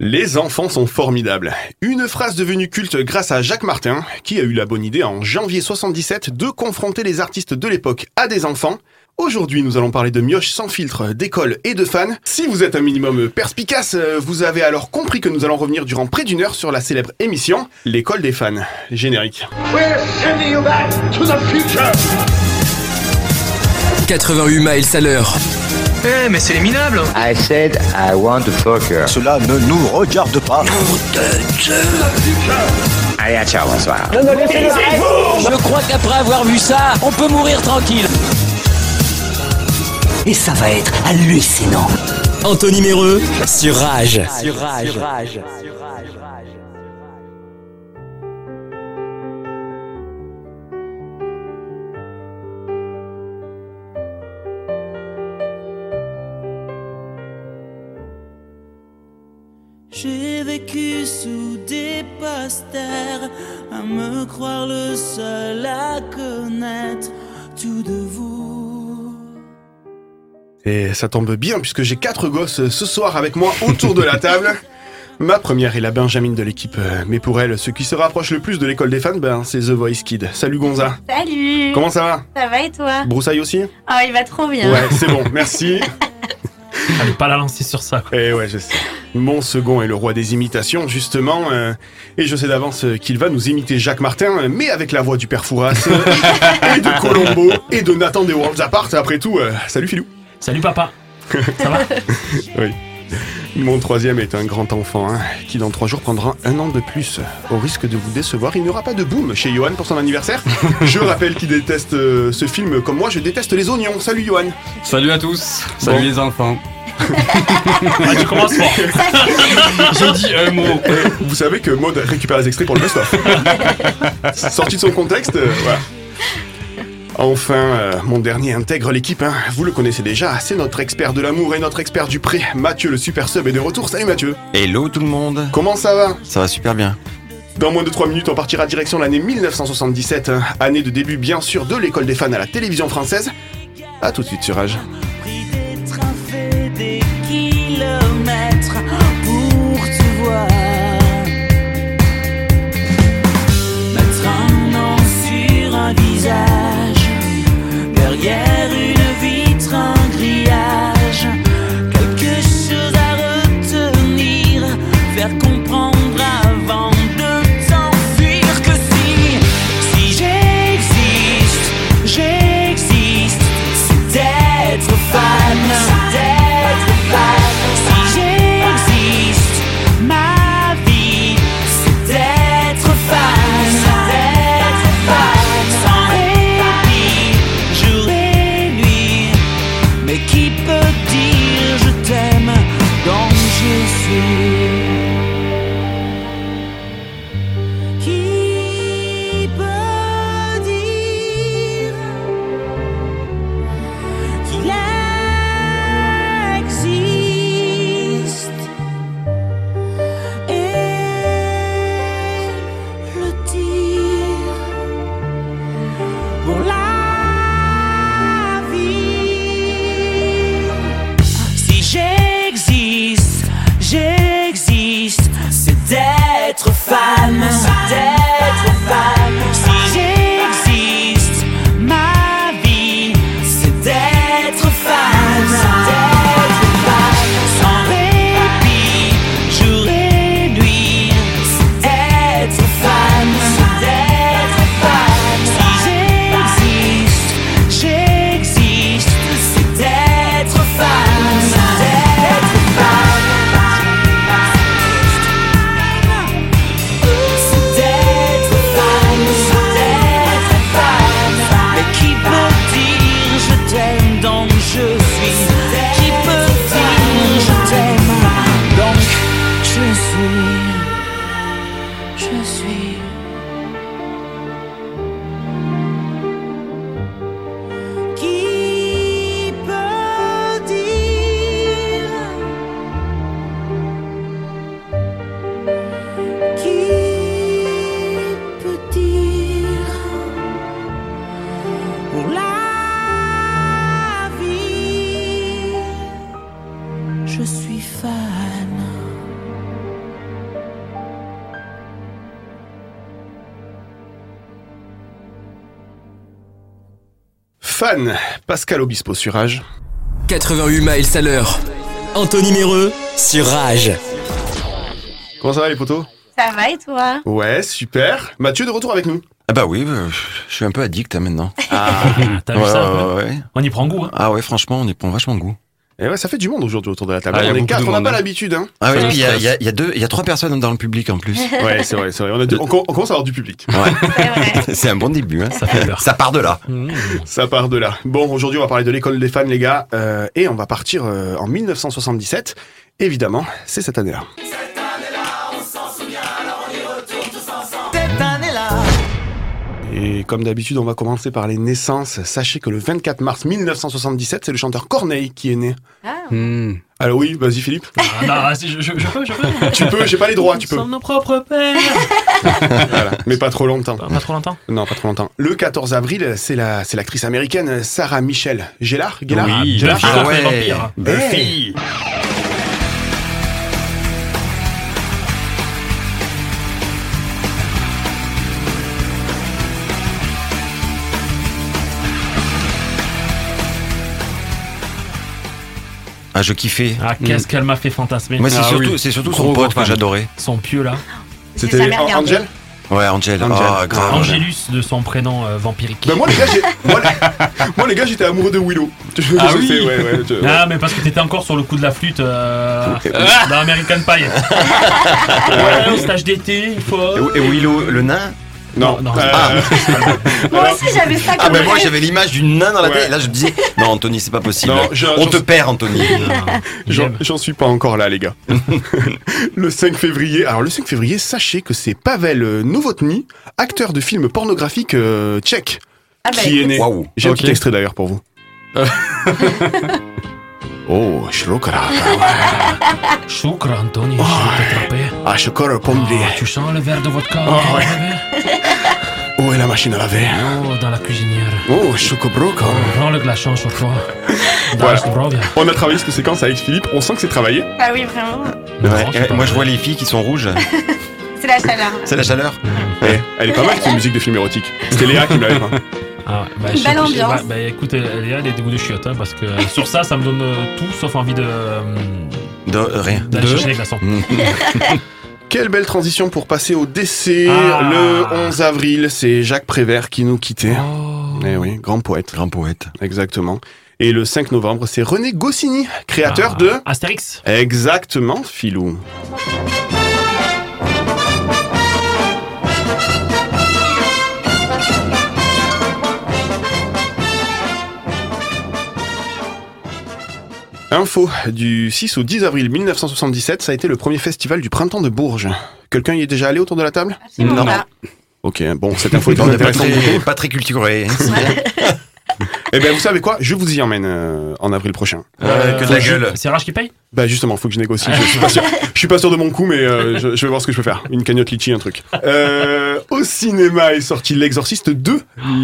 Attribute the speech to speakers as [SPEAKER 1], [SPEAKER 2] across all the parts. [SPEAKER 1] Les enfants sont formidables. Une phrase devenue culte grâce à Jacques Martin, qui a eu la bonne idée en janvier 77 de confronter les artistes de l'époque à des enfants. Aujourd'hui, nous allons parler de mioche sans filtre, d'école et de fans. Si vous êtes un minimum perspicace, euh, vous avez alors compris que nous allons revenir durant près d'une heure sur la célèbre émission L'école des fans. Générique.
[SPEAKER 2] We're sending you back to the future.
[SPEAKER 3] 88 miles à l'heure.
[SPEAKER 4] Eh, mais c'est les minables
[SPEAKER 5] I said I want to fuck her.
[SPEAKER 6] Cela ne nous regarde pas.
[SPEAKER 5] Allez, à ciao, bonsoir.
[SPEAKER 3] Je crois qu'après avoir vu ça, on peut mourir tranquille.
[SPEAKER 7] Et ça va être hallucinant.
[SPEAKER 3] Anthony Méreux sur Rage.
[SPEAKER 8] J'ai vécu sous des posters, à me croire le seul à connaître tout de vous.
[SPEAKER 1] Et ça tombe bien puisque j'ai quatre gosses ce soir avec moi autour de la table. Ma première est la Benjamine de l'équipe, euh, mais pour elle, ce qui se rapproche le plus de l'école des fans, ben, c'est The Voice Kid. Salut Gonza.
[SPEAKER 9] Salut
[SPEAKER 1] Comment ça va
[SPEAKER 9] Ça va et toi
[SPEAKER 1] Broussaille aussi
[SPEAKER 9] Ah, il va trop bien.
[SPEAKER 1] Ouais, c'est bon, merci.
[SPEAKER 4] Fallait pas la lancer sur ça.
[SPEAKER 1] Et ouais, je sais. Mon second est le roi des imitations, justement. euh, et je sais d'avance euh, qu'il va nous imiter Jacques Martin, euh, mais avec la voix du père Fouras, euh, et de Colombo, et de Nathan des Worlds Apart. Après tout, euh, salut Filou.
[SPEAKER 4] Salut papa Ça va
[SPEAKER 1] Mon troisième est un grand enfant, hein, qui dans trois jours prendra un an de plus. Au risque de vous décevoir, il n'y aura pas de boom chez Johan pour son anniversaire. Je rappelle qu'il déteste euh, ce film comme moi, je déteste les oignons. Salut Johan.
[SPEAKER 10] Salut à tous, salut
[SPEAKER 1] Bon.
[SPEAKER 10] les enfants.
[SPEAKER 4] Ah, Tu commences fort
[SPEAKER 10] J'ai dit un mot.
[SPEAKER 1] Euh, vous savez que Maud récupère les extraits pour le best Sorti de son contexte, euh, voilà. Enfin, euh, mon dernier intègre l'équipe, hein. vous le connaissez déjà, c'est notre expert de l'amour et notre expert du prêt, Mathieu le super sub est de retour, salut Mathieu
[SPEAKER 11] Hello tout le monde,
[SPEAKER 1] Comment ça va
[SPEAKER 11] ça va super bien.
[SPEAKER 1] Dans moins de 3 minutes, on partira direction l'année 1977, hein, année de début bien sûr de l'école des fans à la télévision française. A tout de suite sur Rage.
[SPEAKER 8] Pris des trains, fait des kilomètres pour te voir. Mettre un nom sur un visage, derrière une vitre, un grillage. Quelque chose à retenir, faire comprendre. Avant de t'enfuir que si, si j'existe, j'existe, c'est d'être fan, d'être fan. Si j'existe, ma vie, c'est d'être fan, d'être fan. Sans répit, jour et nuit, mais qui peut dire je t'aime, donc je suis. Qui peut dire qu'il existe et le dire pour la vie? Ah, Si j'existe, j'existe, c'est d'être femme, c'est d'être femme. Si j'existe, ma vie, c'est d'être femme, c'est d'être femme. Sans répit, jour et nuit, c'est d'être femme, c'est d'être femme. Si j'existe, j'existe, c'est d'être femme, c'est d'être femme. C'est d'être femme, c'est d'être femme. Mais qui peut dire je t'aime donc je suis Qui peut dire je t'aime donc je suis Je suis Qui peut dire Qui peut dire pour la vie Je suis fan
[SPEAKER 1] fan, Pascal Obispo Surage.
[SPEAKER 3] 88 miles à l'heure. Anthony Méreux sur Rage.
[SPEAKER 1] Comment ça va les potos
[SPEAKER 9] Ça va et toi
[SPEAKER 1] Ouais, super. Mathieu de retour avec nous.
[SPEAKER 11] Ah bah oui, euh, je suis un peu addict hein, maintenant.
[SPEAKER 1] Ah,
[SPEAKER 12] t'as vu ça,
[SPEAKER 11] ouais,
[SPEAKER 12] ouais.
[SPEAKER 11] ouais.
[SPEAKER 12] On y prend goût. Hein.
[SPEAKER 11] Ah ouais, franchement, on y prend vachement goût.
[SPEAKER 1] Et Eh ouais, ça fait du monde aujourd'hui autour de la table.
[SPEAKER 11] Ah, y a
[SPEAKER 1] on est
[SPEAKER 11] beaucoup
[SPEAKER 1] quatre,
[SPEAKER 11] de
[SPEAKER 1] on n'a
[SPEAKER 11] monde,
[SPEAKER 1] pas
[SPEAKER 11] hein.
[SPEAKER 1] l'habitude. Hein.
[SPEAKER 11] Ah oui,
[SPEAKER 1] Ça
[SPEAKER 11] puis il y, a-
[SPEAKER 1] stresse.
[SPEAKER 11] il y a- il y a deux, il y a trois personnes dans le public en plus.
[SPEAKER 1] Ouais, c'est vrai, c'est vrai. On, a deux- on com- on commence à avoir du public.
[SPEAKER 11] C'est un bon début. Hein.
[SPEAKER 12] Ça fait peur.
[SPEAKER 11] Ça part de là.
[SPEAKER 12] Mmh.
[SPEAKER 1] Ça part de là. Bon, aujourd'hui, on va parler de l'école des fans, les gars. euh, et on va partir euh, en 1977. Évidemment, c'est cette année-là. Et comme d'habitude, on va commencer par les naissances. Sachez que le 24 mars 1977, c'est le chanteur Corneille qui est né.
[SPEAKER 11] Hmm.
[SPEAKER 1] Alors oui, vas-y Philippe.
[SPEAKER 12] Ah, non, vas-y, je, je, je peux, je peux.
[SPEAKER 1] Tu peux, j'ai pas les droits, tu
[SPEAKER 12] Nous
[SPEAKER 1] peux.
[SPEAKER 12] sommes nos propres pères.
[SPEAKER 11] Mm.
[SPEAKER 1] Voilà. Mais pas trop longtemps.
[SPEAKER 12] bah. Pas, pas trop longtemps.
[SPEAKER 1] Non, pas trop longtemps. Le 14 avril, c'est la, c'est l'actrice américaine Sarah Michelle Gellar. Gellar
[SPEAKER 4] Oui,
[SPEAKER 12] Je l'ai
[SPEAKER 1] Gellar.
[SPEAKER 12] fait,
[SPEAKER 11] Ah
[SPEAKER 12] je l'ai fait,
[SPEAKER 11] ouais.
[SPEAKER 12] vampire.
[SPEAKER 1] Buffy.
[SPEAKER 11] Ah, je kiffais.
[SPEAKER 12] Ah, qu'est-ce qu'elle m'a fait fantasmer.
[SPEAKER 11] Moi, c'est
[SPEAKER 12] Ah
[SPEAKER 11] surtout,
[SPEAKER 12] oui.
[SPEAKER 11] c'est surtout
[SPEAKER 12] Gros,
[SPEAKER 11] son
[SPEAKER 12] gros
[SPEAKER 11] pote que
[SPEAKER 12] fan.
[SPEAKER 11] j'adorais.
[SPEAKER 12] Son pieu là.
[SPEAKER 9] J'ai
[SPEAKER 1] C'était
[SPEAKER 9] jamais regardé.
[SPEAKER 1] Angel
[SPEAKER 11] Ouais, Angel.
[SPEAKER 1] Angel.
[SPEAKER 11] Ah, grave.
[SPEAKER 12] Angélus de son prénom euh, vampirique.
[SPEAKER 1] Ben moi les gars, j'ai- moi, les- Eh. moi, les gars, j'étais amoureux de Willow. Je-
[SPEAKER 12] Ah
[SPEAKER 1] je
[SPEAKER 12] oui.
[SPEAKER 1] sais, ouais, ouais, Eh je- ouais.
[SPEAKER 12] Ah mais parce que t'étais encore sur le coup de la flûte euh, dans American Pie. ouais, au stage d'été, il faut.
[SPEAKER 11] Et, et Willow, le nain
[SPEAKER 1] Non,
[SPEAKER 12] non, non.
[SPEAKER 1] euh,
[SPEAKER 11] Ah.
[SPEAKER 9] Moi aussi j'avais ça
[SPEAKER 11] Ah,
[SPEAKER 9] comme
[SPEAKER 11] mais moi j'avais l'image du nain dans la tête.
[SPEAKER 1] Ouais.
[SPEAKER 11] Et là, je me disais, non, Anthony, c'est pas possible.
[SPEAKER 1] Non, je-
[SPEAKER 11] On
[SPEAKER 1] je-
[SPEAKER 11] te perd, Anthony.
[SPEAKER 1] j'en,
[SPEAKER 12] J'aime.
[SPEAKER 1] j'en suis pas encore là les gars. le 5 février. Alors le 5 février, sachez que c'est Pavel euh, Novotny, acteur de films pornographiques euh, tchèque,
[SPEAKER 9] Ah bah,
[SPEAKER 1] qui est né.
[SPEAKER 11] Waouh.
[SPEAKER 1] J'ai un
[SPEAKER 4] Ok.
[SPEAKER 1] petit extrait d'ailleurs pour vous. oh, Shrokara.
[SPEAKER 12] Choukra
[SPEAKER 1] Oh,
[SPEAKER 12] Anthony, je vais t'attraper.
[SPEAKER 1] Ah, je corps pomme
[SPEAKER 12] Ah, tu sens le verre de votre corps
[SPEAKER 1] Oh, ouais. Où est la machine à laver
[SPEAKER 12] Oh, dans la cuisinière.
[SPEAKER 1] Oh, chocobroco.
[SPEAKER 12] Prends le glaçon sur toi.
[SPEAKER 1] Voilà.
[SPEAKER 12] Dans le brog.
[SPEAKER 1] On a travaillé cette séquence avec Philippe, on sent que c'est travaillé.
[SPEAKER 9] Ah oui vraiment.
[SPEAKER 11] Ouais,
[SPEAKER 12] Non, c'est
[SPEAKER 11] ouais,
[SPEAKER 12] pas
[SPEAKER 11] moi, je vois
[SPEAKER 12] vrai.
[SPEAKER 11] les filles qui sont rouges.
[SPEAKER 9] C'est la chaleur.
[SPEAKER 11] C'est la chaleur.
[SPEAKER 1] Eh, elle est pas mal cette musique de film érotique. C'était Léa qui me l'avait. hein.
[SPEAKER 12] Ah, ouais, bah,
[SPEAKER 9] Une
[SPEAKER 12] je-
[SPEAKER 9] belle
[SPEAKER 12] je-
[SPEAKER 9] ambiance.
[SPEAKER 12] bah, bah, écoute, euh, Léa, elle est des goûts de chiottes, hein, parce que sur ça, ça me donne euh, tout sauf envie de. euh,
[SPEAKER 11] De, euh, rien.
[SPEAKER 12] d'aller chercher les glaçons.
[SPEAKER 11] Mm.
[SPEAKER 1] Quelle belle transition pour passer au décès.
[SPEAKER 12] Ah.
[SPEAKER 1] Le 11 avril, c'est Jacques Prévert qui nous quittait.
[SPEAKER 12] Oh.
[SPEAKER 1] Eh oui, grand poète,
[SPEAKER 11] Grand poète.
[SPEAKER 1] exactement. Et le 5 novembre, c'est René Goscinny, créateur
[SPEAKER 12] Ah,
[SPEAKER 1] de...
[SPEAKER 12] Astérix.
[SPEAKER 1] Exactement, Philou. Info, du 6 au 10 avril 1977, ça a été le premier festival du printemps de Bourges. Quelqu'un y est déjà allé autour de la table
[SPEAKER 9] Absolument
[SPEAKER 11] Non.
[SPEAKER 9] pas.
[SPEAKER 1] Ok, bon, cette info est quand même
[SPEAKER 11] pas,
[SPEAKER 1] intéressante.
[SPEAKER 11] très, pas très culturé.
[SPEAKER 1] Eh bien, vous savez quoi Je vous y emmène euh, en avril prochain.
[SPEAKER 11] Euh, que de la gueule.
[SPEAKER 12] C'est Rage qui paye
[SPEAKER 1] Bah justement, faut que je négocie. Je suis pas sûr, je suis pas sûr de mon coup, mais euh, je, je vais voir ce que je peux faire. Une cagnotte litchi, un truc. Euh, au cinéma est sorti L'Exorciste 2,
[SPEAKER 4] Ouh,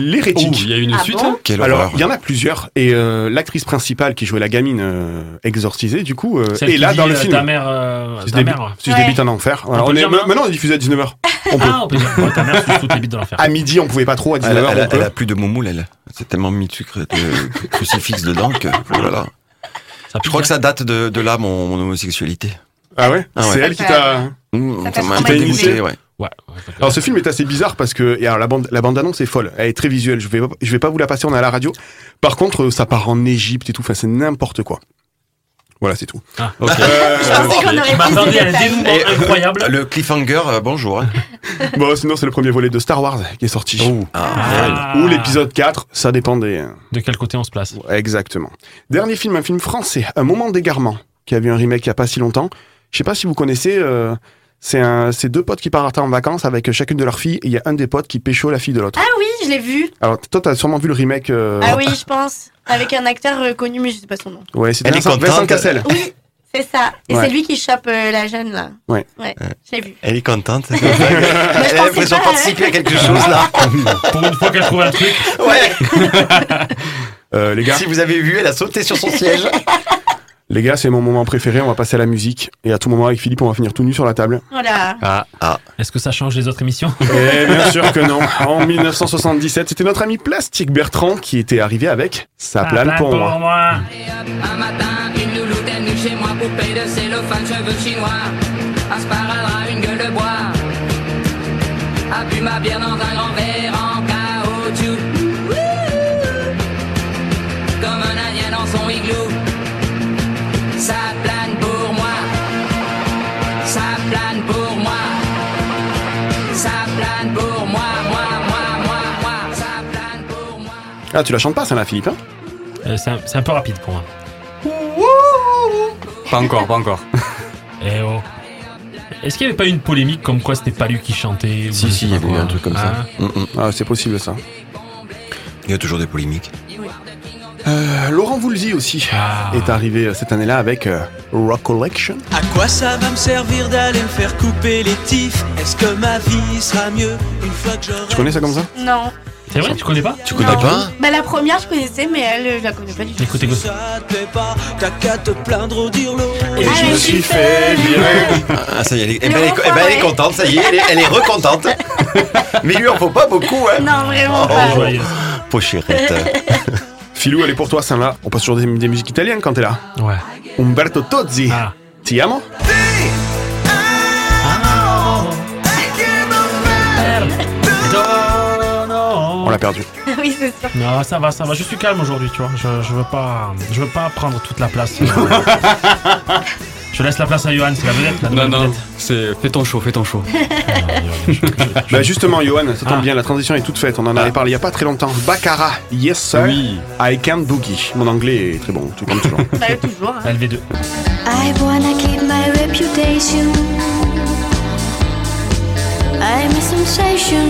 [SPEAKER 1] L'Hérétique.
[SPEAKER 4] il y a une
[SPEAKER 9] Ah
[SPEAKER 4] suite.
[SPEAKER 9] bon
[SPEAKER 4] hein
[SPEAKER 11] Quelle
[SPEAKER 1] Alors,
[SPEAKER 11] horreur.
[SPEAKER 1] il y en a plusieurs, et euh, l'actrice principale qui jouait la gamine euh, exorcisée, du coup, euh,
[SPEAKER 12] Celle
[SPEAKER 1] est
[SPEAKER 12] qui
[SPEAKER 1] là
[SPEAKER 12] dit,
[SPEAKER 1] dans le
[SPEAKER 12] euh,
[SPEAKER 1] film.
[SPEAKER 12] Ta mère. euh,
[SPEAKER 1] Si je,
[SPEAKER 12] ta
[SPEAKER 1] débute,
[SPEAKER 12] mère.
[SPEAKER 1] si je
[SPEAKER 9] Ouais.
[SPEAKER 1] débute en enfer. Voilà,
[SPEAKER 12] On peut
[SPEAKER 1] on
[SPEAKER 12] le
[SPEAKER 1] est,
[SPEAKER 12] dire hein. maintenant
[SPEAKER 1] maintenant, on est diffusé à 19h. On peut.
[SPEAKER 12] Ah, on peut dire. ouais, ta mère, c'est toutes les bites de l'enfer.
[SPEAKER 1] À midi, on pouvait pas trop, à 19h,
[SPEAKER 11] Elle, a- elle a-
[SPEAKER 1] on peut.
[SPEAKER 11] elle a plus de moumoule, elle. C'est tellement mis de sucre, de crucifix dedans que. oh là là.
[SPEAKER 12] Ça
[SPEAKER 11] Je crois que ça date de, de là, mon, mon homosexualité.
[SPEAKER 1] Ah ouais
[SPEAKER 11] Ah ouais.
[SPEAKER 1] C'est elle qui t'a...
[SPEAKER 9] Ça
[SPEAKER 11] Mmh, ça
[SPEAKER 9] t'a
[SPEAKER 11] m'a un peu
[SPEAKER 1] traumatisé.
[SPEAKER 11] dégoûté, ouais.
[SPEAKER 12] Ouais. ouais, d'accord.
[SPEAKER 1] Alors ce film est assez bizarre parce que et alors la bande la bande annonce est folle, elle est très visuelle. Je vais pas- je vais pas vous la passer, on est à la radio. Par contre, euh, ça part en Égypte et tout, enfin c'est n'importe quoi. Voilà, c'est tout. Euh,
[SPEAKER 12] Ah, ok.
[SPEAKER 9] Je pensais qu'on aurait
[SPEAKER 12] Je m'attendais
[SPEAKER 9] plus
[SPEAKER 12] à un
[SPEAKER 9] de détails.
[SPEAKER 12] dénouement incroyable.
[SPEAKER 11] euh, Le cliffhanger, euh, bonjour. hein.
[SPEAKER 1] Bon, sinon c'est le premier volet de Star Wars qui est sorti.
[SPEAKER 11] Ah,
[SPEAKER 1] Ou l'épisode 4, ça dépend des
[SPEAKER 12] De quel côté on se place
[SPEAKER 1] exactement. Dernier film, un film français, Un moment d'égarement, qui a vu un remake il y a pas si longtemps. Je sais pas si vous connaissez euh, c'est un c'est deux potes qui partent en vacances avec chacune de leurs filles et il y a un des potes qui pécho la fille de l'autre.
[SPEAKER 9] Ah oui, je l'ai vu.
[SPEAKER 1] Alors toi t'as sûrement vu le remake euh,
[SPEAKER 9] Ah oui, je pense. Avec un acteur euh, connu, mais je sais pas son nom.
[SPEAKER 1] Ouais, c'était
[SPEAKER 11] Elle est
[SPEAKER 1] Vincent,
[SPEAKER 11] contente.
[SPEAKER 1] Vincent Cassel.
[SPEAKER 9] Oui, c'est ça. Et
[SPEAKER 1] Ouais.
[SPEAKER 9] c'est lui qui chope euh, la jeune, là.
[SPEAKER 1] Ouais. Euh.
[SPEAKER 9] Ouais, je l'ai vu.
[SPEAKER 11] Euh, Elle est contente. c'est comme ça. elle a l'impression de
[SPEAKER 9] pas,
[SPEAKER 11] participer à quelque chose là.
[SPEAKER 12] Pour une fois qu'elle trouve un truc.
[SPEAKER 11] Ouais.
[SPEAKER 1] Euh, les gars,
[SPEAKER 11] Si vous avez vu, elle a sauté sur son siège.
[SPEAKER 1] Les gars, c'est mon moment préféré, on va passer à la musique. Et à tout moment, avec Philippe, on va finir tout nu sur la table.
[SPEAKER 9] Voilà.
[SPEAKER 12] Ah, ah. Est-ce que ça change les autres émissions
[SPEAKER 1] Eh bien sûr que non. En 1977, c'était notre ami Plastique Bertrand qui était arrivé avec Sa
[SPEAKER 12] Ça
[SPEAKER 1] plane
[SPEAKER 12] plane
[SPEAKER 1] pour
[SPEAKER 12] Ah, pour
[SPEAKER 1] moi.
[SPEAKER 12] moi.
[SPEAKER 13] Et hop, un matin, une louloute est venue chez moi, poupée de cellophane, cheveux chinois, un sparadrap, une gueule de bois, a bu ma bière dans un grand verre en caoutchouc, comme un indien dans son igloo, ça plane pour moi, ça plane pour moi, ça plane pour moi, moi, moi, moi, moi, ça plane pour moi.
[SPEAKER 1] Ah, tu la chantes pas, ça, là, Philippe hein
[SPEAKER 12] Euh, c'est un, c'est un peu rapide pour moi.
[SPEAKER 4] Pas encore, pas encore.
[SPEAKER 12] Eh oh. Est-ce qu'il n'y avait pas une polémique comme quoi c'était pas lui qui chantait ou
[SPEAKER 11] Si,
[SPEAKER 12] je
[SPEAKER 11] si,
[SPEAKER 12] sais
[SPEAKER 11] il y
[SPEAKER 12] pas
[SPEAKER 11] avait eu
[SPEAKER 12] quoi.
[SPEAKER 11] un truc comme ça.
[SPEAKER 12] Ah.
[SPEAKER 11] Mm, mm.
[SPEAKER 1] Ah, c'est possible, ça.
[SPEAKER 11] Il y a toujours des polémiques.
[SPEAKER 1] Euh, Laurent Voulzy aussi
[SPEAKER 12] Ah.
[SPEAKER 1] est arrivé euh, cette année-là avec euh, Recollection.
[SPEAKER 3] À quoi ça va me servir d'aller me faire couper les tifs Est-ce que ma vie sera mieux une fois que j'aurai.
[SPEAKER 1] Tu connais ça comme ça
[SPEAKER 9] Non.
[SPEAKER 12] C'est vrai, tu connais pas
[SPEAKER 11] Tu
[SPEAKER 9] connais Non.
[SPEAKER 11] pas
[SPEAKER 9] Bah, la première, je connaissais, mais elle, euh, je la connais pas du tout.
[SPEAKER 12] Écoutez,
[SPEAKER 3] Si ça te plaît pas, t'as qu'à te plaindre au dire l'autre.
[SPEAKER 9] Et je me suis fait virer.
[SPEAKER 11] Ah, ça y est, elle est, eh ben,
[SPEAKER 9] Le
[SPEAKER 11] elle est-
[SPEAKER 9] refrain,
[SPEAKER 11] eh ben, elle est
[SPEAKER 9] ouais.
[SPEAKER 11] contente, ça y est, elle est, elle est recontente. Mais lui en faut pas beaucoup, hein.
[SPEAKER 9] Non, vraiment
[SPEAKER 11] Oh,
[SPEAKER 9] pas.
[SPEAKER 12] Joyeuse.
[SPEAKER 11] Pochérette.
[SPEAKER 1] Philou, elle est pour toi, ça, là. On passe sur des, des musiques italiennes quand t'es là.
[SPEAKER 12] Ouais.
[SPEAKER 1] Umberto Tozzi.
[SPEAKER 12] Ah.
[SPEAKER 1] Ti amo On l'a perdu.
[SPEAKER 9] oui, c'est ça.
[SPEAKER 12] Non, ça va, ça va. Je suis calme aujourd'hui, tu vois. Je, je veux pas, je veux pas prendre toute la place. je laisse la place à Johan, c'est la vedette. La
[SPEAKER 4] Non,
[SPEAKER 12] nouvelle
[SPEAKER 4] non,
[SPEAKER 12] vedette.
[SPEAKER 4] c'est. Fais ton show, fais ton show.
[SPEAKER 1] Bah justement, Johan, ça tombe
[SPEAKER 12] Ah.
[SPEAKER 1] bien, la transition est toute faite.
[SPEAKER 11] Ah.
[SPEAKER 1] On en avait parlé il y a pas très longtemps. Baccara, yes sir,
[SPEAKER 4] Oui.
[SPEAKER 1] I can boogie. Mon anglais est très bon, tout comme toujours.
[SPEAKER 9] Bah, toujours. hein.
[SPEAKER 12] LV2.
[SPEAKER 8] I wanna keep my reputation. I'm a sensation.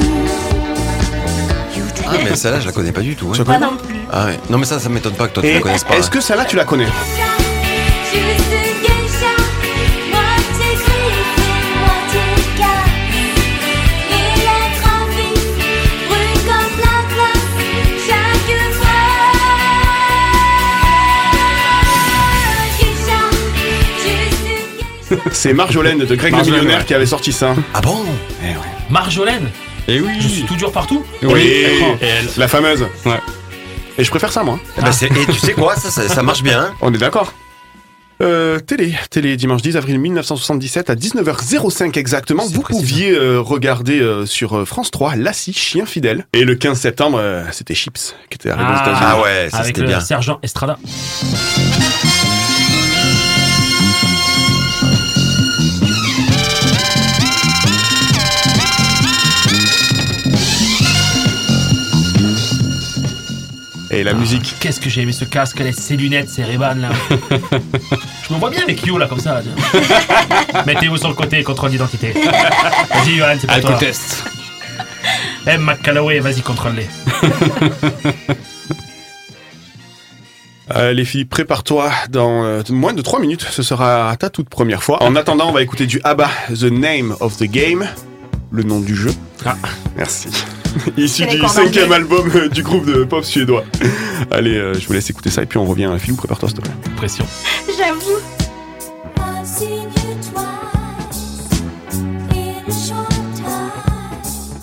[SPEAKER 11] Ah, mais celle-là, je la connais pas du tout. hein.
[SPEAKER 1] Tu la
[SPEAKER 9] Moi
[SPEAKER 1] connais
[SPEAKER 9] non plus.
[SPEAKER 11] Ah ouais. Non, mais ça, ça m'étonne pas que toi, tu
[SPEAKER 1] Et
[SPEAKER 11] la connaisses pas.
[SPEAKER 1] est-ce que celle-là, tu la connais C'est Marjolaine de Greg le
[SPEAKER 4] Marjolaine,
[SPEAKER 1] Millionnaire
[SPEAKER 4] ouais.
[SPEAKER 1] qui avait sorti ça.
[SPEAKER 11] Ah bon
[SPEAKER 12] Marjolaine,
[SPEAKER 4] Et
[SPEAKER 12] je suis tout dur partout.
[SPEAKER 1] Eh Et-
[SPEAKER 4] Et elle.
[SPEAKER 1] La fameuse.
[SPEAKER 4] Ouais.
[SPEAKER 1] Et je préfère ça, moi.
[SPEAKER 11] Eh ben, c'est- Et tu sais quoi, ça, ça, ça marche bien. hein.
[SPEAKER 1] On est d'accord. Euh, télé, télé, dimanche 10 avril 1977 à 19h05 exactement.
[SPEAKER 12] C'est
[SPEAKER 1] Vous
[SPEAKER 12] précis,
[SPEAKER 1] pouviez euh, regarder euh, sur euh, France 3 Lassie, chien fidèle. Et le 15 septembre, euh, c'était Chips qui était arrivé aux
[SPEAKER 12] Ah.
[SPEAKER 1] États-Unis.
[SPEAKER 11] Ah ouais, ça
[SPEAKER 12] Avec
[SPEAKER 11] c'était
[SPEAKER 12] le
[SPEAKER 11] bien.
[SPEAKER 12] sergent Estrada.
[SPEAKER 1] Et la musique.
[SPEAKER 12] Qu'est-ce que j'ai aimé ce casque, les- ces lunettes, ces ray là. je me vois bien avec Yo là comme ça. là, tiens. Mettez-vous sur le côté, contrôle d'identité. Vas-y Johan, c'est pas toi.
[SPEAKER 4] Alcool test.
[SPEAKER 12] Eh McCalloway, vas-y contrôle-les.
[SPEAKER 1] Allez Philippe, prépare-toi. Dans euh, moins de 3 minutes, ce sera ta toute première fois. En attendant, on va écouter du ABBA, The Name of the Game, le nom du jeu.
[SPEAKER 12] Ah.
[SPEAKER 1] Merci. Issu
[SPEAKER 9] C'est les
[SPEAKER 1] du
[SPEAKER 9] cordes
[SPEAKER 1] cinquième
[SPEAKER 9] anglais.
[SPEAKER 1] album euh, du groupe de pop suédois. Allez, euh, je vous laisse écouter ça et puis on revient. Philippe, prépare-toi s'il te plaît.
[SPEAKER 12] Pression.
[SPEAKER 9] J'avoue.
[SPEAKER 8] I've seen you twice in a short time.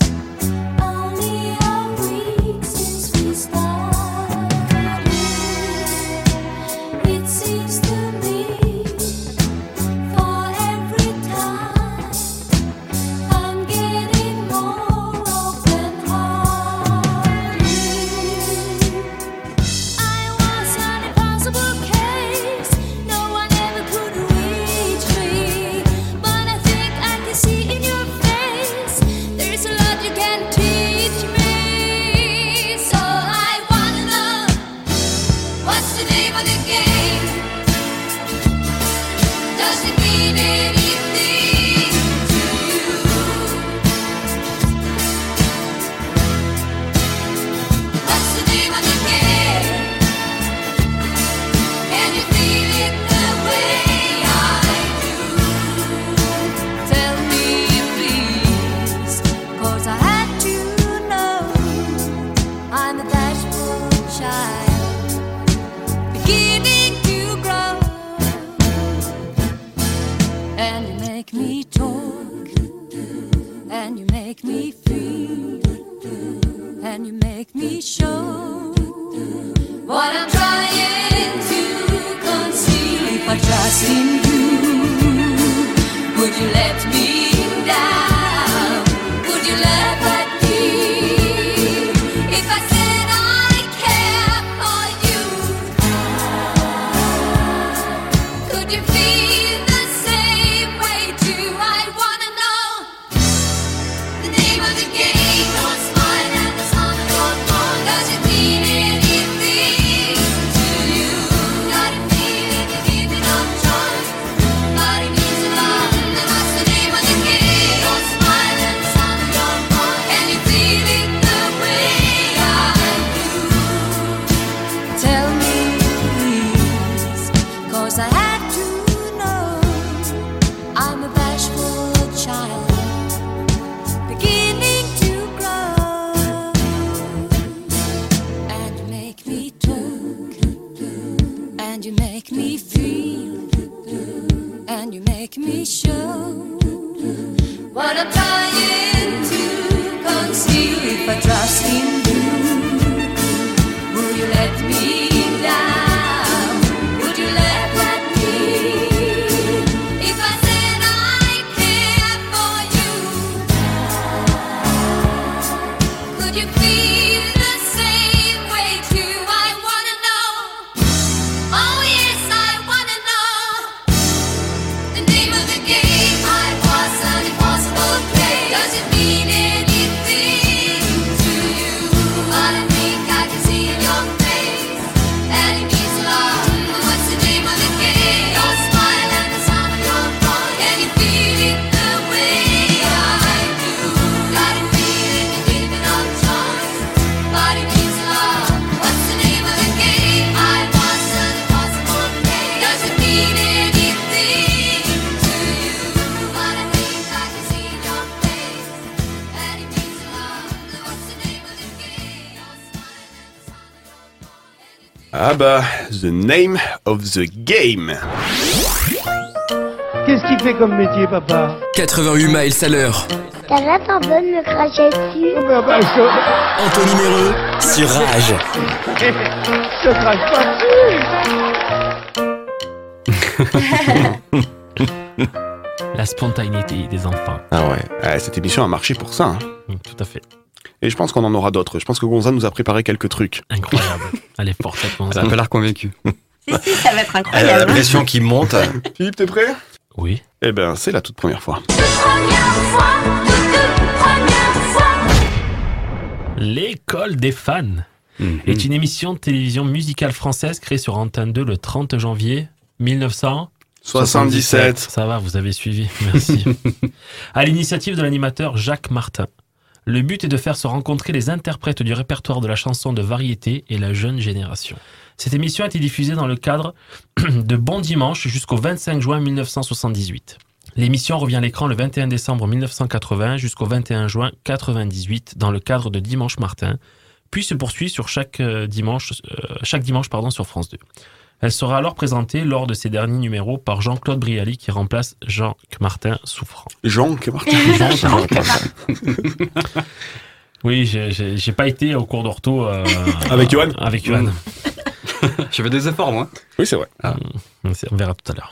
[SPEAKER 8] Only a week since we started. It seems to me for every time I'm getting more open-hearted. I was an impossible case. and you make me feel, and you make me show what I'm trying to conceal. If I trust in you, would you let me down? Would you laugh at me if I said I care for you? Could you feel the same way too? I wanna know. The name of the game was mine and the song was born. Does it mean anything to you? Not it mean anything to no choice, but it means a lot. And that's the name of the game was mine and the song was born. Can you feel it the way I do? Tell me, please, 'cause I have to know. I'm a bashful child beginning to grow and you make me talk and you make me feel and you make me show what I'm trying to conceal if I trust in you will you let me down would you laugh at me if I said I care for you could you feel the same way too? I wanna know. Oh yes, I wanna know. The name of the game I was an impossible play. Does it mean anything to you? All I think I can see in your face, and it means a lot. What's the name of the game? Your smile and the sound of your voice. Can you feel it the way I do? Got it feeling you give it all choice. Body means a lot. What's the name of the game? I was an impossible play. Does it mean anything to you? All I think I can see in your face, and it means a lot. What's the name of the game? Your
[SPEAKER 1] Ah bah, The Name of the Game.
[SPEAKER 14] Qu'est-ce qu'il fait comme métier, papa
[SPEAKER 3] 88 miles à l'heure.
[SPEAKER 14] T'as la bonne me cracher dessus
[SPEAKER 3] Anthony Méreux sur Rage.
[SPEAKER 14] Je crache pas
[SPEAKER 12] La spontanéité des enfants.
[SPEAKER 1] Ah ouais. cette émission a marché pour ça. hein.
[SPEAKER 12] Mm, Tout à fait.
[SPEAKER 1] Et je pense qu'on en aura d'autres. Je pense que Gonza nous a préparé quelques trucs.
[SPEAKER 12] Incroyable. Elle est forte, cette Gonza.
[SPEAKER 1] l'air convaincu.
[SPEAKER 9] Si, ça va être
[SPEAKER 1] Elle
[SPEAKER 9] incroyable.
[SPEAKER 1] a la pression qui monte.
[SPEAKER 9] Philippe, t'es prêt
[SPEAKER 1] Oui. Eh ben, c'est la toute première fois.
[SPEAKER 12] L'école des fans est une émission de télévision musicale française créée sur Antenne 2 le 30 janvier 1977.
[SPEAKER 1] 77.
[SPEAKER 12] Ça va, vous avez suivi, merci. à l'initiative de l'animateur Jacques Martin. Le but est de faire se rencontrer les interprètes du répertoire de la chanson de variété et la jeune génération. Cette émission a été diffusée dans le cadre de Bon Dimanche jusqu'au 25 juin 1978. L'émission revient à l'écran le 21 décembre 1980 jusqu'au 21 juin 98 dans le cadre de Dimanche Martin, puis se poursuit sur chaque euh, dimanche, euh, chaque dimanche pardon, sur France 2. Elle sera alors présentée lors de ses derniers numéros par Jean-Claude Brialy qui remplace Jean-Martin Souffrant.
[SPEAKER 1] Jean-Martin
[SPEAKER 12] Jean Oui, j'ai- j'ai j'ai pas été au cours d'ortho. euh,
[SPEAKER 1] Avec Johan
[SPEAKER 12] Avec Johan.
[SPEAKER 1] Mm.
[SPEAKER 12] Je fais des efforts, moi.
[SPEAKER 1] Oui, c'est vrai.
[SPEAKER 4] Ah. Mm,
[SPEAKER 12] On verra tout à l'heure.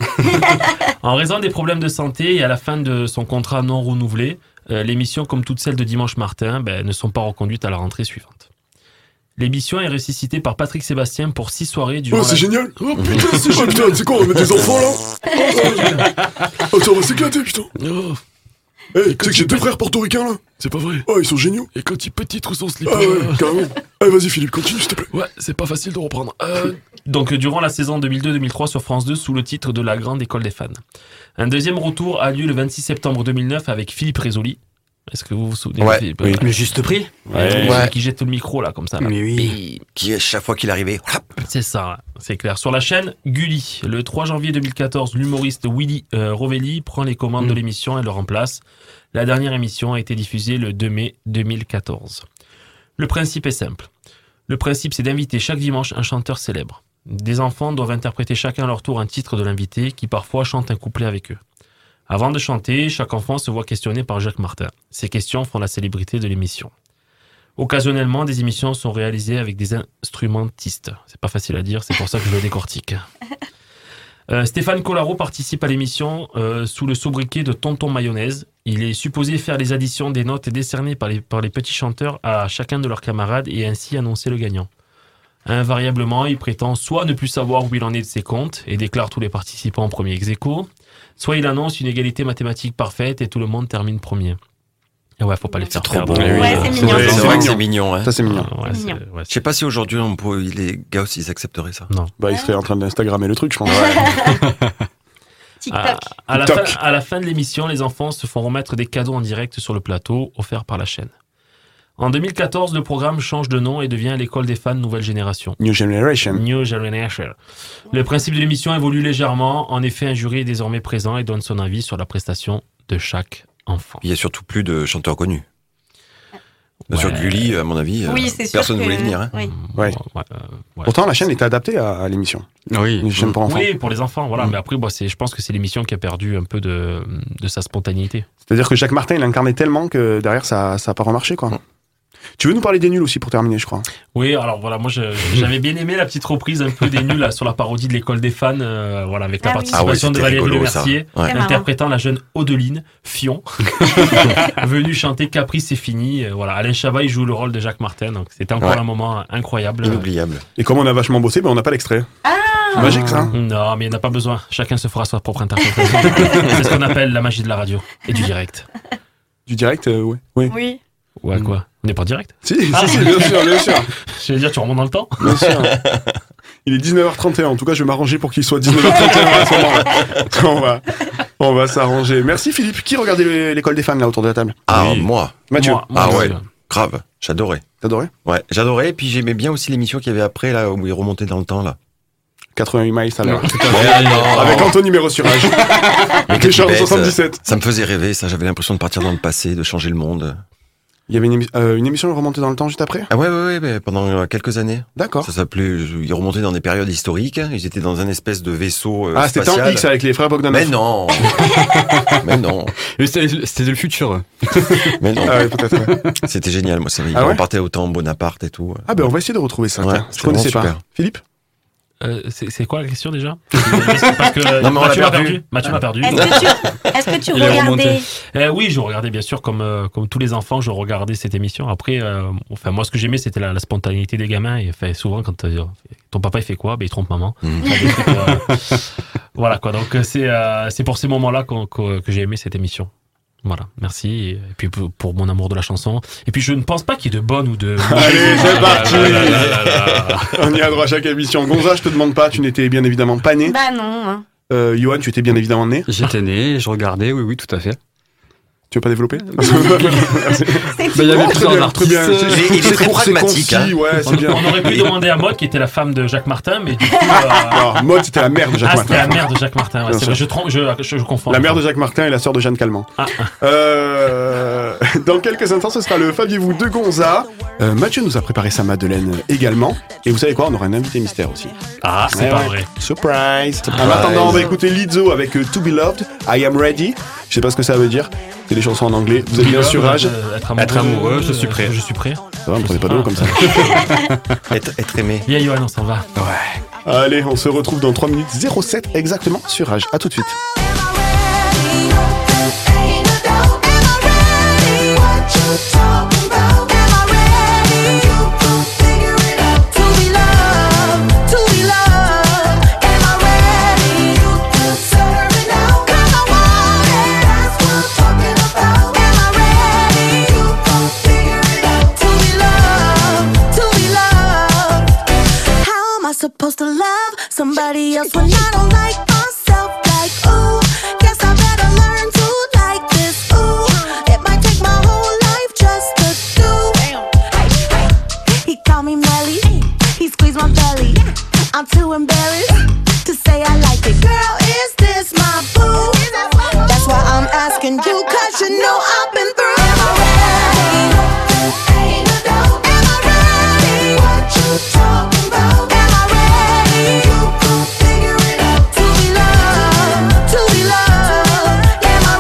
[SPEAKER 12] en raison des problèmes de santé et à la fin de son contrat non renouvelé, euh, l'émission, comme toutes celles de Dimanche Martin, ben, ne sont pas reconduites à la rentrée suivante. L'émission est ressuscitée par Patrick Sébastien pour six soirées durant.
[SPEAKER 15] Oh, c'est
[SPEAKER 12] la-
[SPEAKER 15] génial Oh, putain, c'est génial. Putain, c'est quoi, on va mettre des enfants, là
[SPEAKER 12] Oh, ça va s'éclater, putain
[SPEAKER 15] Eh, tu sais que j'ai deux frères portoricains là C'est pas vrai Oh, ils sont géniaux Et quand ils petit ou son slip Ah ouais, carrément Eh, vas-y Philippe, continue s'il te plaît Ouais, c'est pas facile de reprendre. Euh,
[SPEAKER 12] Donc, euh, durant la saison 2002-2003 sur France 2, sous le titre de La Grande École des Fans. Un deuxième retour a lieu le 26 septembre 2009 avec Philippe Résoli. Est-ce que vous vous souvenez de
[SPEAKER 11] Ouais,
[SPEAKER 12] Philippe
[SPEAKER 11] oui.
[SPEAKER 4] Le juste prix
[SPEAKER 12] Ouais,
[SPEAKER 11] Ouais.
[SPEAKER 12] celui
[SPEAKER 11] Ouais.
[SPEAKER 12] Qui jette le micro, là, comme ça. là.
[SPEAKER 11] Mais
[SPEAKER 12] Bing.
[SPEAKER 11] oui. Qui est chaque fois qu'il arrivait. hop.
[SPEAKER 12] C'est ça, ouais, c'est clair. Sur la chaîne Gulli, le 3 janvier 2014, l'humoriste Willy euh, Rovelli prend les commandes de l'émission et le remplace. La dernière émission a été diffusée le 2 mai 2014. Le principe est simple. Le principe, c'est d'inviter chaque dimanche un chanteur célèbre. Des enfants doivent interpréter chacun à leur tour un titre de l'invité qui parfois chante un couplet avec eux. Avant de chanter, chaque enfant se voit questionné par Jacques Martin. Ces questions font la célébrité de l'émission. Occasionnellement, des émissions sont réalisées avec des instrumentistes. C'est pas facile à dire, c'est pour ça que je le décortique. Euh, Stéphane Collaro participe à l'émission euh, sous le sobriquet de Tonton Mayonnaise. Il est supposé faire les additions des notes décernées par les, par les petits chanteurs à chacun de leurs camarades et ainsi annoncer le gagnant. Invariablement, il prétend soit ne plus savoir où il en est de ses comptes et déclare tous les participants en premier ex aequo, soit il annonce une égalité mathématique parfaite et tout le monde termine premier. Et ouais, faut pas les faire
[SPEAKER 11] Trop
[SPEAKER 12] perdre.
[SPEAKER 11] bon. C'est vrai que c'est mignon. hein.
[SPEAKER 1] Ça, c'est mignon.
[SPEAKER 12] Ouais, c'est- ouais,
[SPEAKER 11] Je sais pas si aujourd'hui, on peut- les gars aussi, ils accepteraient ça.
[SPEAKER 12] Non.
[SPEAKER 1] Bah, il serait en train d'Instagrammer le truc, je pense.
[SPEAKER 12] À, à la fin,
[SPEAKER 1] TikTok.
[SPEAKER 12] à la fin de l'émission, les enfants se font remettre des cadeaux en direct sur le plateau, offerts par la chaîne. En 2014, le programme change de nom et devient l'école des fans nouvelle génération.
[SPEAKER 1] New Generation.
[SPEAKER 12] New Generation. Le principe de l'émission évolue légèrement. En effet, un jury est désormais présent et donne son avis sur la prestation de chaque enfant.
[SPEAKER 11] Il y a surtout plus de chanteurs connus. Bien sûr,
[SPEAKER 12] Ouais. Mm.
[SPEAKER 11] Gulli, à mon avis, euh,
[SPEAKER 9] Oui, c'est sûr.
[SPEAKER 11] personne ne
[SPEAKER 9] que-
[SPEAKER 11] voulait venir. hein.
[SPEAKER 9] oui.
[SPEAKER 1] Ouais.
[SPEAKER 15] euh,
[SPEAKER 12] ouais.
[SPEAKER 1] Pourtant, la chaîne était adaptée à, à l'émission.
[SPEAKER 11] Oui.
[SPEAKER 1] Une chaîne pour enfants.
[SPEAKER 12] Oui, pour les enfants,
[SPEAKER 11] Mm.
[SPEAKER 12] voilà. Mais après, bon, c'est- je pense que c'est l'émission qui a perdu un peu de, de sa spontanéité.
[SPEAKER 1] C'est-à-dire que Jacques Martin, il incarnait tellement que derrière, ça ça a pas remarché, quoi. Tu veux nous parler des nuls aussi pour terminer, je crois.
[SPEAKER 12] Oui, alors voilà, moi je- j'avais bien aimé la petite reprise un peu des nuls là, sur la parodie de l'école des fans, euh, voilà, avec la
[SPEAKER 9] Ah oui.
[SPEAKER 11] Ah ouais,
[SPEAKER 12] participation de
[SPEAKER 11] c'était
[SPEAKER 12] Valérie Le
[SPEAKER 11] rigolo, ça.
[SPEAKER 12] Mercier,
[SPEAKER 11] Ouais.
[SPEAKER 9] C'est
[SPEAKER 12] interprétant la jeune Odeline Fion, venue chanter Caprice c'est fini. euh, Voilà, Alain Chabat il joue le rôle de Jacques Martin, donc c'était encore
[SPEAKER 11] Ouais.
[SPEAKER 12] un moment incroyable. Euh,
[SPEAKER 11] Inoubliable. Ah.
[SPEAKER 1] Et comme on a vachement bossé, ben, on n'a pas l'extrait.
[SPEAKER 12] Ah
[SPEAKER 1] C'est Magique, ça. hein.
[SPEAKER 12] Non, mais il n'y en a pas besoin. Chacun se fera sa propre interprétation. c'est ce qu'on appelle la magie de la radio et du direct.
[SPEAKER 1] Du direct, euh, ouais. Oui.
[SPEAKER 9] Oui.
[SPEAKER 12] Ouais, quoi On n'est pas en direct
[SPEAKER 1] Si, si, si, bien sûr, bien sûr.
[SPEAKER 12] Ah. Je veux dire, tu remontes dans le temps
[SPEAKER 1] Bien sûr. Il est 19h31. En tout cas, je vais m'arranger pour qu'il soit 19h31 à ce moment-là. On va, on va s'arranger. Merci Philippe. Qui regardait le- l'école des fans là autour de la table
[SPEAKER 11] Ah,
[SPEAKER 12] Oui.
[SPEAKER 11] moi.
[SPEAKER 1] Mathieu.
[SPEAKER 12] Moi, moi,
[SPEAKER 11] Ah ouais,
[SPEAKER 12] je-
[SPEAKER 11] grave. J'adorais.
[SPEAKER 1] T'adorais
[SPEAKER 11] Ouais, j'adorais. Puis j'aimais bien aussi l'émission qu'il y avait après, là, où il remontait dans le temps, là.
[SPEAKER 1] 88 miles à l'heure.
[SPEAKER 11] non.
[SPEAKER 1] Avec Anthony Mérosurage.
[SPEAKER 11] Mais
[SPEAKER 1] Richard
[SPEAKER 11] quelle bête,
[SPEAKER 1] 77.
[SPEAKER 11] Ça, ça me faisait rêver, ça. J'avais l'impression de partir dans le passé, de changer le monde.
[SPEAKER 1] Il y avait une, émi- euh, une émission remontée dans le temps juste après
[SPEAKER 11] Ah ouais, ouais, ouais, mais pendant euh, quelques années.
[SPEAKER 1] D'accord.
[SPEAKER 11] Ça s'appelait, je- ils remontaient dans des périodes historiques. Ils étaient dans un espèce de vaisseau euh,
[SPEAKER 1] Ah, c'était en
[SPEAKER 11] spatial.
[SPEAKER 1] X avec les frères Bogdanov.
[SPEAKER 11] Mais non. mais non.
[SPEAKER 4] Mais C'était c'était le futur.
[SPEAKER 11] Mais non.
[SPEAKER 1] Ah, ouais, peut-être, ouais.
[SPEAKER 11] C'était génial, moi. ça-
[SPEAKER 1] Ah ouais
[SPEAKER 11] on partait au temps Bonaparte et tout.
[SPEAKER 1] Ah, ben on va essayer de retrouver ça.
[SPEAKER 11] Ouais,
[SPEAKER 1] tiens. Je
[SPEAKER 11] c'était
[SPEAKER 1] connaissais pas.
[SPEAKER 11] vraiment super.
[SPEAKER 1] Philippe
[SPEAKER 12] Euh, c'est c'est quoi la question déjà Parce que
[SPEAKER 11] Non, mais on
[SPEAKER 12] Mathieu
[SPEAKER 11] l'a
[SPEAKER 12] m'a perdu.
[SPEAKER 11] perdu.
[SPEAKER 12] Mathieu m'a perdu.
[SPEAKER 9] Est-ce que tu, est-ce que tu
[SPEAKER 4] Il est
[SPEAKER 9] regardais
[SPEAKER 4] remonté.
[SPEAKER 12] Euh, oui, je regardais bien sûr comme euh, comme tous les enfants, je regardais cette émission. Après, euh, enfin moi, ce que j'aimais, c'était la, la spontanéité des gamins. Et enfin, souvent, quand euh, ton papa il fait quoi, ben il trompe maman.
[SPEAKER 11] Mhm.
[SPEAKER 12] Enfin, des trucs, euh, voilà quoi. Donc euh, c'est euh, c'est pour ces moments-là qu'on- qu'on- que j'ai aimé cette émission. Voilà, merci. Et puis pour, pour mon amour de la chanson. Et puis je ne pense pas qu'il y ait de bonne ou de.
[SPEAKER 1] Allez, c'est parti
[SPEAKER 12] Là, là, là, là, là, là.
[SPEAKER 1] On y a droit à chaque émission. Gonza, je te demande pas, tu n'étais bien évidemment pas né.
[SPEAKER 9] Bah non. hein.
[SPEAKER 1] Euh, Johan, tu étais bien évidemment né.
[SPEAKER 4] J'étais né, je regardais, oui, oui, tout à fait.
[SPEAKER 1] Tu veux pas développer
[SPEAKER 4] Bah, Il y
[SPEAKER 1] Très
[SPEAKER 4] avait plusieurs
[SPEAKER 1] bien, très
[SPEAKER 4] artistes.
[SPEAKER 1] bien.
[SPEAKER 4] euh,
[SPEAKER 11] Il est- il est
[SPEAKER 1] C'est
[SPEAKER 11] très
[SPEAKER 1] court, c'est
[SPEAKER 11] pragmatique,
[SPEAKER 1] concis,
[SPEAKER 11] hein.
[SPEAKER 1] ouais, c'est
[SPEAKER 12] On,
[SPEAKER 1] bien.
[SPEAKER 12] on aurait pu demander à Maud, qui était la femme de Jacques Martin, mais du coup. euh,
[SPEAKER 1] Alors, Maud, c'était la mère de Jacques
[SPEAKER 12] ah, c'était
[SPEAKER 1] Martin.
[SPEAKER 12] la mère de Jacques Martin. ouais,
[SPEAKER 1] Bien
[SPEAKER 12] c'est vrai, je, trompe, je, je, je confonds.
[SPEAKER 1] La mère de Jacques Martin et la sœur de Jeanne Calment.
[SPEAKER 12] Ah.
[SPEAKER 1] Euh, dans quelques instants, ce sera le Faviez-vous de Gonza. Euh, Mathieu nous a préparé sa Madeleine également. Et vous savez quoi On aura un invité mystère aussi.
[SPEAKER 12] Ah, c'est
[SPEAKER 1] Ouais,
[SPEAKER 12] pas
[SPEAKER 1] ouais.
[SPEAKER 12] vrai.
[SPEAKER 1] Surprise. En attendant, on va écouter Lizzo avec euh, To Be Loved, I Am Ready. Je sais pas ce que ça veut dire. C'est des chansons en anglais. Vous avez bien sûr âge.
[SPEAKER 12] Euh, Être amoureux,
[SPEAKER 4] Être amoureux, je suis
[SPEAKER 12] euh,
[SPEAKER 4] prêt.
[SPEAKER 12] Je suis prêt.
[SPEAKER 1] Ça va, me prenez pas de haut comme ça.
[SPEAKER 11] Être, être aimé.
[SPEAKER 12] Viens, Johan, on s'en va.
[SPEAKER 1] Allez, on se retrouve dans 3 minutes 07 exactement sur Rage. À tout de suite.
[SPEAKER 8] How am I supposed to love somebody else when I don't like myself? Like, ooh, guess I better learn to like this. Ooh, it might take my whole life just to do. Hey, hey. He called me Melly, he squeezed my belly. I'm too embarrassed to say I like it. Girl, is this my boo? That's why I'm asking you, cause you know I've been through. Am I ready? Am I ready? What you talking about? Am I ready? You could figure it out. To be loved, to be loved. Am I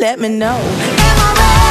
[SPEAKER 16] let me know.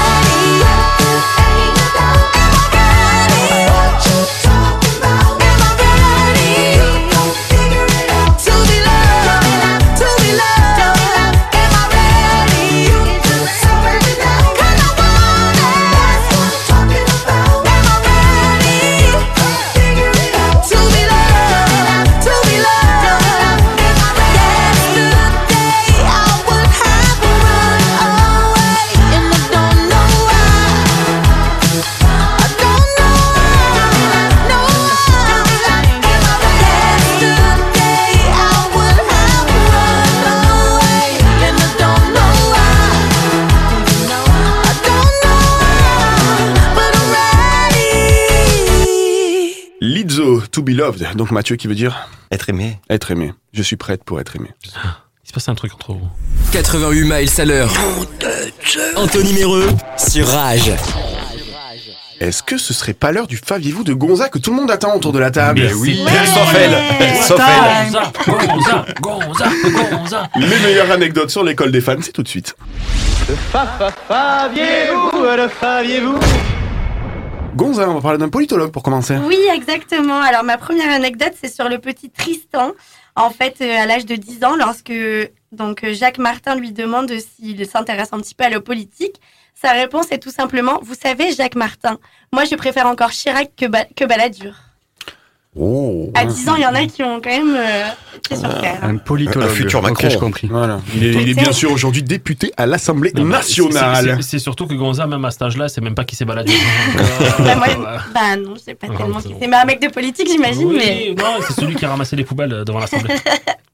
[SPEAKER 1] Lizzo, to be loved. Donc Mathieu qui veut dire
[SPEAKER 11] Être aimé.
[SPEAKER 1] Être aimé. Je suis prête pour être aimé.
[SPEAKER 12] Il se passe un truc entre vous.
[SPEAKER 3] 88 miles à l'heure. Anthony Méreux sur Rage.
[SPEAKER 1] Est-ce que ce serait pas l'heure du faviez-vous de Gonza que tout le monde attend autour de la table
[SPEAKER 11] Mais oui. Ouais. Soffel. Ouais.
[SPEAKER 1] Soffel.
[SPEAKER 12] Gonza, Gonza, Gonza, Gonza.
[SPEAKER 1] Les meilleures anecdotes sur l'école des fans, c'est tout de suite.
[SPEAKER 14] Faviez-vous, le faviez-vous
[SPEAKER 1] Gonza, on va parler d'un politologue pour commencer.
[SPEAKER 9] Oui, exactement. Alors, ma première anecdote, c'est sur le petit Tristan. En fait, euh, à l'âge de 10 ans, lorsque donc euh, Jacques Martin lui demande s'il s'intéresse un petit peu à la politique, sa réponse est tout simplement Vous savez, Jacques Martin, moi je préfère encore Chirac que, Ba- que Balladur.
[SPEAKER 1] Oh.
[SPEAKER 9] À 10 ans, il y en a qui ont quand même euh, pied sur
[SPEAKER 12] Ah.
[SPEAKER 9] terre.
[SPEAKER 4] Un
[SPEAKER 11] Un
[SPEAKER 4] politologue.
[SPEAKER 11] futur Macron.
[SPEAKER 4] Ok, j'ai compris.
[SPEAKER 1] Voilà. Il est, il est bien sûr aujourd'hui député à l'Assemblée
[SPEAKER 12] Non, bah, c'est-
[SPEAKER 1] nationale.
[SPEAKER 12] c'est- C'est surtout que Gonza, même à cet âge-là, c'est même pas qui s'est baladé. euh,
[SPEAKER 9] bah, moi, bah non, je sais pas
[SPEAKER 12] Ah,
[SPEAKER 9] tellement
[SPEAKER 12] c'est
[SPEAKER 9] qui
[SPEAKER 12] bon.
[SPEAKER 9] c'est. Mais un mec de politique, j'imagine,
[SPEAKER 12] Oui,
[SPEAKER 9] mais.
[SPEAKER 12] non, c'est celui qui a ramassé les poubelles euh, devant l'Assemblée.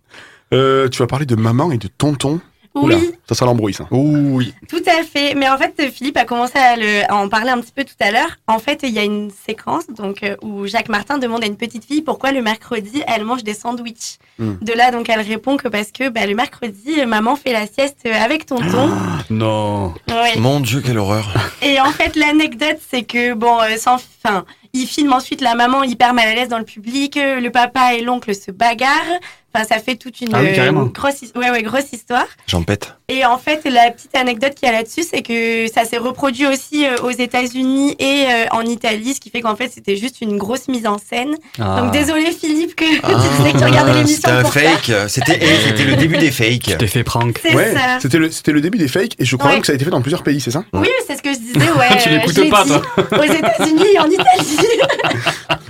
[SPEAKER 1] Euh, tu vas parler de maman et de tonton.
[SPEAKER 9] Oui.
[SPEAKER 1] ça, ça l'embrouille, ça. Oui.
[SPEAKER 9] Tout à fait. Mais en fait, Philippe a commencé à, le- à en parler un petit peu tout à l'heure. En fait, il y a une séquence donc euh, où Jacques Martin demande à une petite fille pourquoi le mercredi elle mange des sandwichs.
[SPEAKER 1] Hmm.
[SPEAKER 9] De là, donc, elle répond que parce que bah, le mercredi, euh, maman fait la sieste avec tonton.
[SPEAKER 11] Ah.
[SPEAKER 4] Non.
[SPEAKER 9] Ouais.
[SPEAKER 11] Mon Dieu, quelle horreur.
[SPEAKER 9] Et en fait, l'anecdote, c'est que, bon, euh, sans fin, il filme ensuite la maman hyper mal à l'aise dans le public, euh, le papa et l'oncle se bagarrent. Enfin, ça fait toute une, euh,
[SPEAKER 11] Ah oui, carrément.
[SPEAKER 9] une grosse, his- ouais, ouais, grosse histoire.
[SPEAKER 11] J'en pète.
[SPEAKER 9] Et en fait, la petite anecdote qu'il y a là-dessus, c'est que ça s'est reproduit aussi euh, aux États-Unis et euh, en Italie, ce qui fait qu'en fait, c'était juste une grosse mise en scène.
[SPEAKER 11] Ah.
[SPEAKER 9] Donc, désolé Philippe que tu disais que tu regardais
[SPEAKER 11] Ah, C'était
[SPEAKER 9] l'émission
[SPEAKER 11] un
[SPEAKER 9] pour ça.
[SPEAKER 11] fake. C'était
[SPEAKER 1] Euh.
[SPEAKER 11] eh, c'était le début des fakes. Tu
[SPEAKER 4] t'es fait prank.
[SPEAKER 9] C'est ça.
[SPEAKER 1] C'était le, c'était le début des fakes et je crois
[SPEAKER 9] Ouais.
[SPEAKER 1] même que ça a été fait dans plusieurs pays, c'est ça
[SPEAKER 9] Oui, c'est ce que je disais, ouais.
[SPEAKER 1] Tu
[SPEAKER 9] euh,
[SPEAKER 1] l'écoutes
[SPEAKER 9] je l'ai
[SPEAKER 1] pas,
[SPEAKER 9] dit.
[SPEAKER 1] toi.
[SPEAKER 9] Aux États-Unis et en Italie.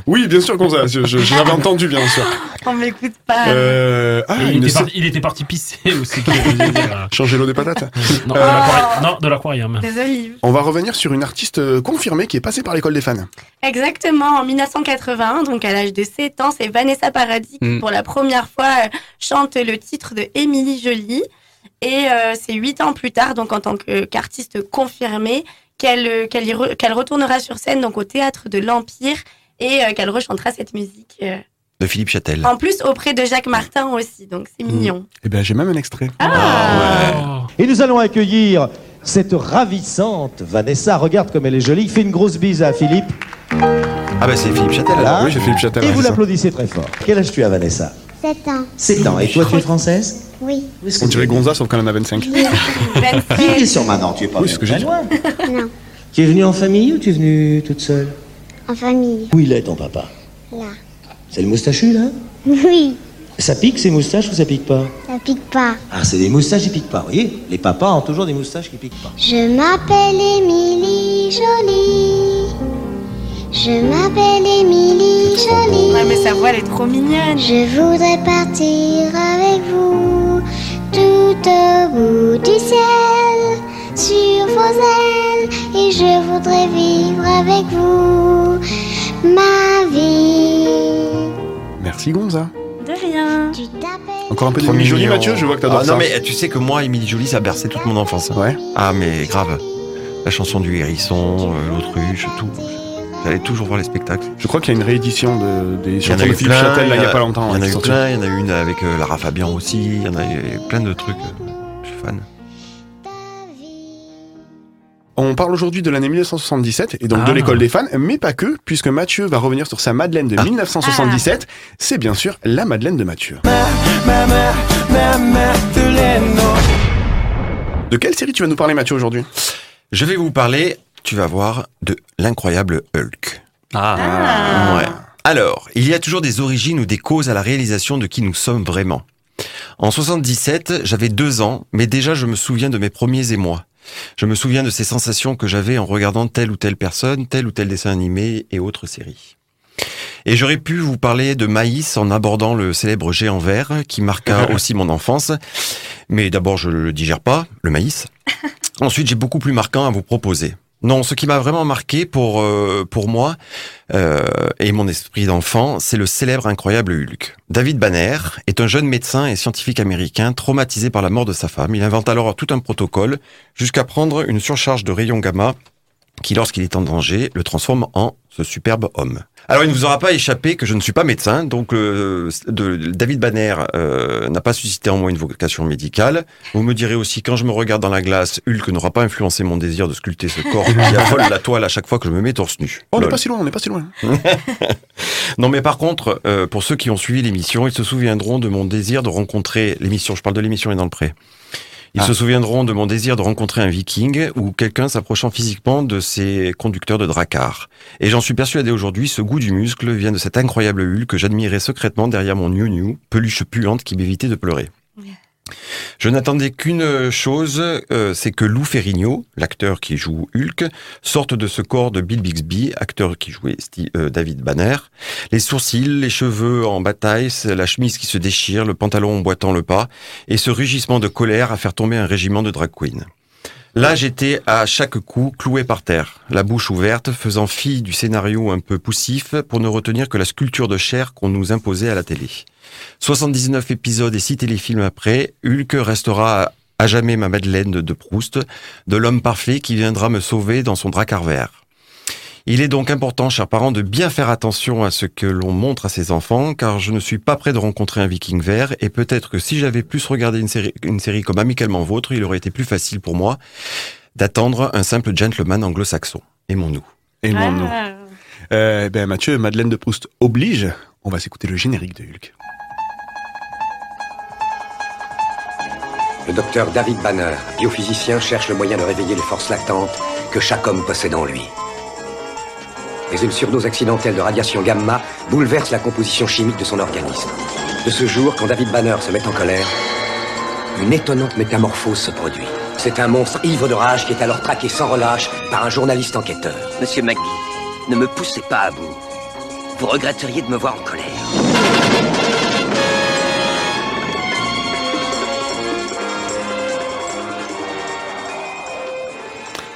[SPEAKER 1] Oui, bien sûr, Gonza. Je, je- je l'avais entendu, bien sûr.
[SPEAKER 9] On m'écoute pas.
[SPEAKER 1] Euh, ah,
[SPEAKER 12] Et il,
[SPEAKER 1] une
[SPEAKER 12] était
[SPEAKER 1] sé-
[SPEAKER 12] parti, il était parti pisser aussi. qui veut dire,
[SPEAKER 1] Changer l'eau des patates.
[SPEAKER 12] euh, non, de
[SPEAKER 1] Euh,
[SPEAKER 12] l'aquari- non, de l'aquarium.
[SPEAKER 9] Des olives.
[SPEAKER 1] On va revenir sur une artiste euh, confirmée qui est passée par l'école des fans.
[SPEAKER 9] Exactement, en 1981, donc à l'âge de 7 ans, c'est Vanessa Paradis qui,
[SPEAKER 1] Mm.
[SPEAKER 9] pour la première fois, euh, chante le titre de Émilie Jolie. Et euh, c'est 8 ans plus tard, donc en tant que- qu'artiste confirmée, qu'elle euh, qu'elle y re- qu'elle retournera sur scène donc au théâtre de l'Empire et euh, qu'elle rechantera cette musique. euh,
[SPEAKER 11] De Philippe Châtel.
[SPEAKER 9] en plus, auprès de Jacques Martin aussi, donc c'est mignon.
[SPEAKER 1] Eh ben, j'ai même un extrait.
[SPEAKER 17] Et nous allons accueillir cette ravissante Vanessa. Regarde comme elle est jolie. Fait une grosse bise à Philippe.
[SPEAKER 11] Ah bah c'est Philippe Châtel.
[SPEAKER 17] Voilà.
[SPEAKER 11] alors.
[SPEAKER 17] Et vous l'applaudissez très fort. Quel âge tu as, Vanessa
[SPEAKER 14] 7 ans.
[SPEAKER 17] 7 ans. Et toi, tu es française
[SPEAKER 14] Oui.
[SPEAKER 1] On dirait Gonza, sauf qu'elle en a 25.
[SPEAKER 17] Qui est sur maintenant Tu es pas
[SPEAKER 1] Oui, c'est ce que j'ai dit.
[SPEAKER 14] Non,
[SPEAKER 17] Tu es venue en famille ou tu es venue toute seule
[SPEAKER 14] en famille.
[SPEAKER 17] Où il est, ton papa
[SPEAKER 14] Là.
[SPEAKER 17] C'est le moustachu, là
[SPEAKER 14] Oui,
[SPEAKER 17] Ça pique, ces moustaches, ou ça pique pas
[SPEAKER 14] ça pique pas.
[SPEAKER 17] Ah, c'est des moustaches qui piquent pas, vous voyez Les papas ont toujours des moustaches qui piquent pas.
[SPEAKER 14] Je m'appelle Émilie Jolie. Je m'appelle Émilie Jolie.
[SPEAKER 9] Ouais, mais sa voix, elle est trop mignonne.
[SPEAKER 14] Je voudrais partir avec vous tout au bout du ciel, sur vos ailes, et je voudrais vivre avec vous ma vie.
[SPEAKER 1] Merci, Gonza.
[SPEAKER 9] De rien.
[SPEAKER 14] Tu t'appelles
[SPEAKER 1] Encore un peu
[SPEAKER 11] Trop
[SPEAKER 1] de jolie,
[SPEAKER 11] mignon.
[SPEAKER 1] Mathieu. Je vois que t'adores
[SPEAKER 11] Ah,
[SPEAKER 1] ça.
[SPEAKER 11] Non mais tu sais que moi, Émilie Jolie, ça a bercé toute mon enfance.
[SPEAKER 1] Ouais.
[SPEAKER 11] Ah mais grave. La chanson du hérisson, euh, l'autruche, tout. J'allais toujours voir les spectacles.
[SPEAKER 1] Je crois qu'il y a une réédition de, des
[SPEAKER 11] Il y en
[SPEAKER 1] chansons
[SPEAKER 11] a
[SPEAKER 1] de
[SPEAKER 11] eu
[SPEAKER 1] Philippe
[SPEAKER 11] plein.
[SPEAKER 1] Châtel là, il y a pas longtemps.
[SPEAKER 11] Il y en
[SPEAKER 1] ouais,
[SPEAKER 11] a
[SPEAKER 1] qui
[SPEAKER 11] eu
[SPEAKER 1] sont
[SPEAKER 11] plein. Il y en a eu une avec euh, Lara Fabian aussi. Il y en a eu plein de trucs. euh, Je suis fan.
[SPEAKER 1] On parle aujourd'hui de l'année 1977 et donc
[SPEAKER 12] Ah.
[SPEAKER 1] de l'école des fans, mais pas que, puisque Mathieu va revenir sur sa Madeleine
[SPEAKER 11] Ah.
[SPEAKER 1] de 1977. C'est bien sûr la Madeleine de Mathieu.
[SPEAKER 14] ma, ma, ma Madeleine.
[SPEAKER 1] De quelle série tu vas nous parler, Mathieu, aujourd'hui
[SPEAKER 11] Je vais vous parler, tu vas voir, de l'incroyable Hulk.
[SPEAKER 9] Ah.
[SPEAKER 11] Ouais. Alors, il y a toujours des origines ou des causes à la réalisation de qui nous sommes vraiment. En 77, j'avais deux ans, mais déjà je me souviens de mes premiers émois. Je me souviens de ces sensations que j'avais en regardant telle ou telle personne, tel ou tel dessin animé et autres séries. Et j'aurais pu vous parler de maïs en abordant le célèbre géant vert qui marqua aussi mon enfance. Mais d'abord, je le digère pas, le maïs. Ensuite, j'ai beaucoup plus marquant à vous proposer. Non, ce qui m'a vraiment marqué pour, euh, pour moi euh, et mon esprit d'enfant, c'est le célèbre incroyable Hulk. David Banner est un jeune médecin et scientifique américain traumatisé par la mort de sa femme. Il invente alors tout un protocole jusqu'à prendre une surcharge de rayons gamma qui, lorsqu'il est en danger, le transforme en ce superbe homme. Alors, il ne vous aura pas échappé que je ne suis pas médecin, donc euh, de- David Banner euh, n'a pas suscité en moi une vocation médicale. Vous me direz aussi, quand je me regarde dans la glace, Hulk n'aura pas influencé mon désir de sculpter ce corps qui affole la toile à chaque fois que je me mets torse nu.
[SPEAKER 1] Oh, On n'est
[SPEAKER 11] Lol.
[SPEAKER 1] pas si loin, on n'est pas si loin.
[SPEAKER 11] Non, mais par contre, euh, pour ceux qui ont suivi l'émission, ils se souviendront de mon désir de rencontrer l'émission. Je parle de l'émission et dans le pré. Ils se souviendront de mon désir de rencontrer un viking ou quelqu'un s'approchant physiquement de ses conducteurs de dracars. Et j'en suis persuadé aujourd'hui, ce goût du muscle vient de cette incroyable hule que j'admirais secrètement derrière mon new new, peluche puante qui m'évitait de pleurer. Je n'attendais qu'une chose, euh, c'est que Lou Ferrigno, l'acteur qui joue Hulk, sorte de ce corps de Bill Bixby, acteur qui jouait Sti- euh, David Banner. Les sourcils, les cheveux en bataille, la chemise qui se déchire, le pantalon emboîtant le pas, et ce rugissement de colère à faire tomber un régiment de drag queens. Là, j'étais à chaque coup cloué par terre, la bouche ouverte, faisant fi du scénario un peu poussif pour ne retenir que la sculpture de chair qu'on nous imposait à la télé. 79 épisodes et 6 téléfilms après, Hulk restera à- à jamais ma Madeleine de- de Proust, de l'homme parfait qui viendra me sauver dans son dracard vert. Il est donc important, chers parents, de bien faire attention à ce que l'on montre à ses enfants, car je ne suis pas prêt de rencontrer un viking vert, et peut-être que si j'avais plus regardé une série, une série comme Amicalement Vôtre, il aurait été plus facile pour moi d'attendre un simple gentleman anglo-saxon. Aimons-nous.
[SPEAKER 1] Aimons-nous.
[SPEAKER 8] Ah.
[SPEAKER 1] Euh, ben Mathieu, Madeleine de Proust oblige. On va s'écouter le générique de Hulk.
[SPEAKER 5] Le docteur David Banner, biophysicien, cherche le moyen de réveiller les forces lactantes que chaque homme possède en lui. Mais une surdose accidentelle de radiation gamma bouleverse la composition chimique de son organisme. De ce jour, quand David Banner se met en colère, une étonnante métamorphose se produit. C'est un monstre ivre de rage qui est alors traqué sans relâche par un journaliste enquêteur.
[SPEAKER 7] Monsieur McGee, ne me poussez pas à bout. Vous regretteriez de me voir en colère.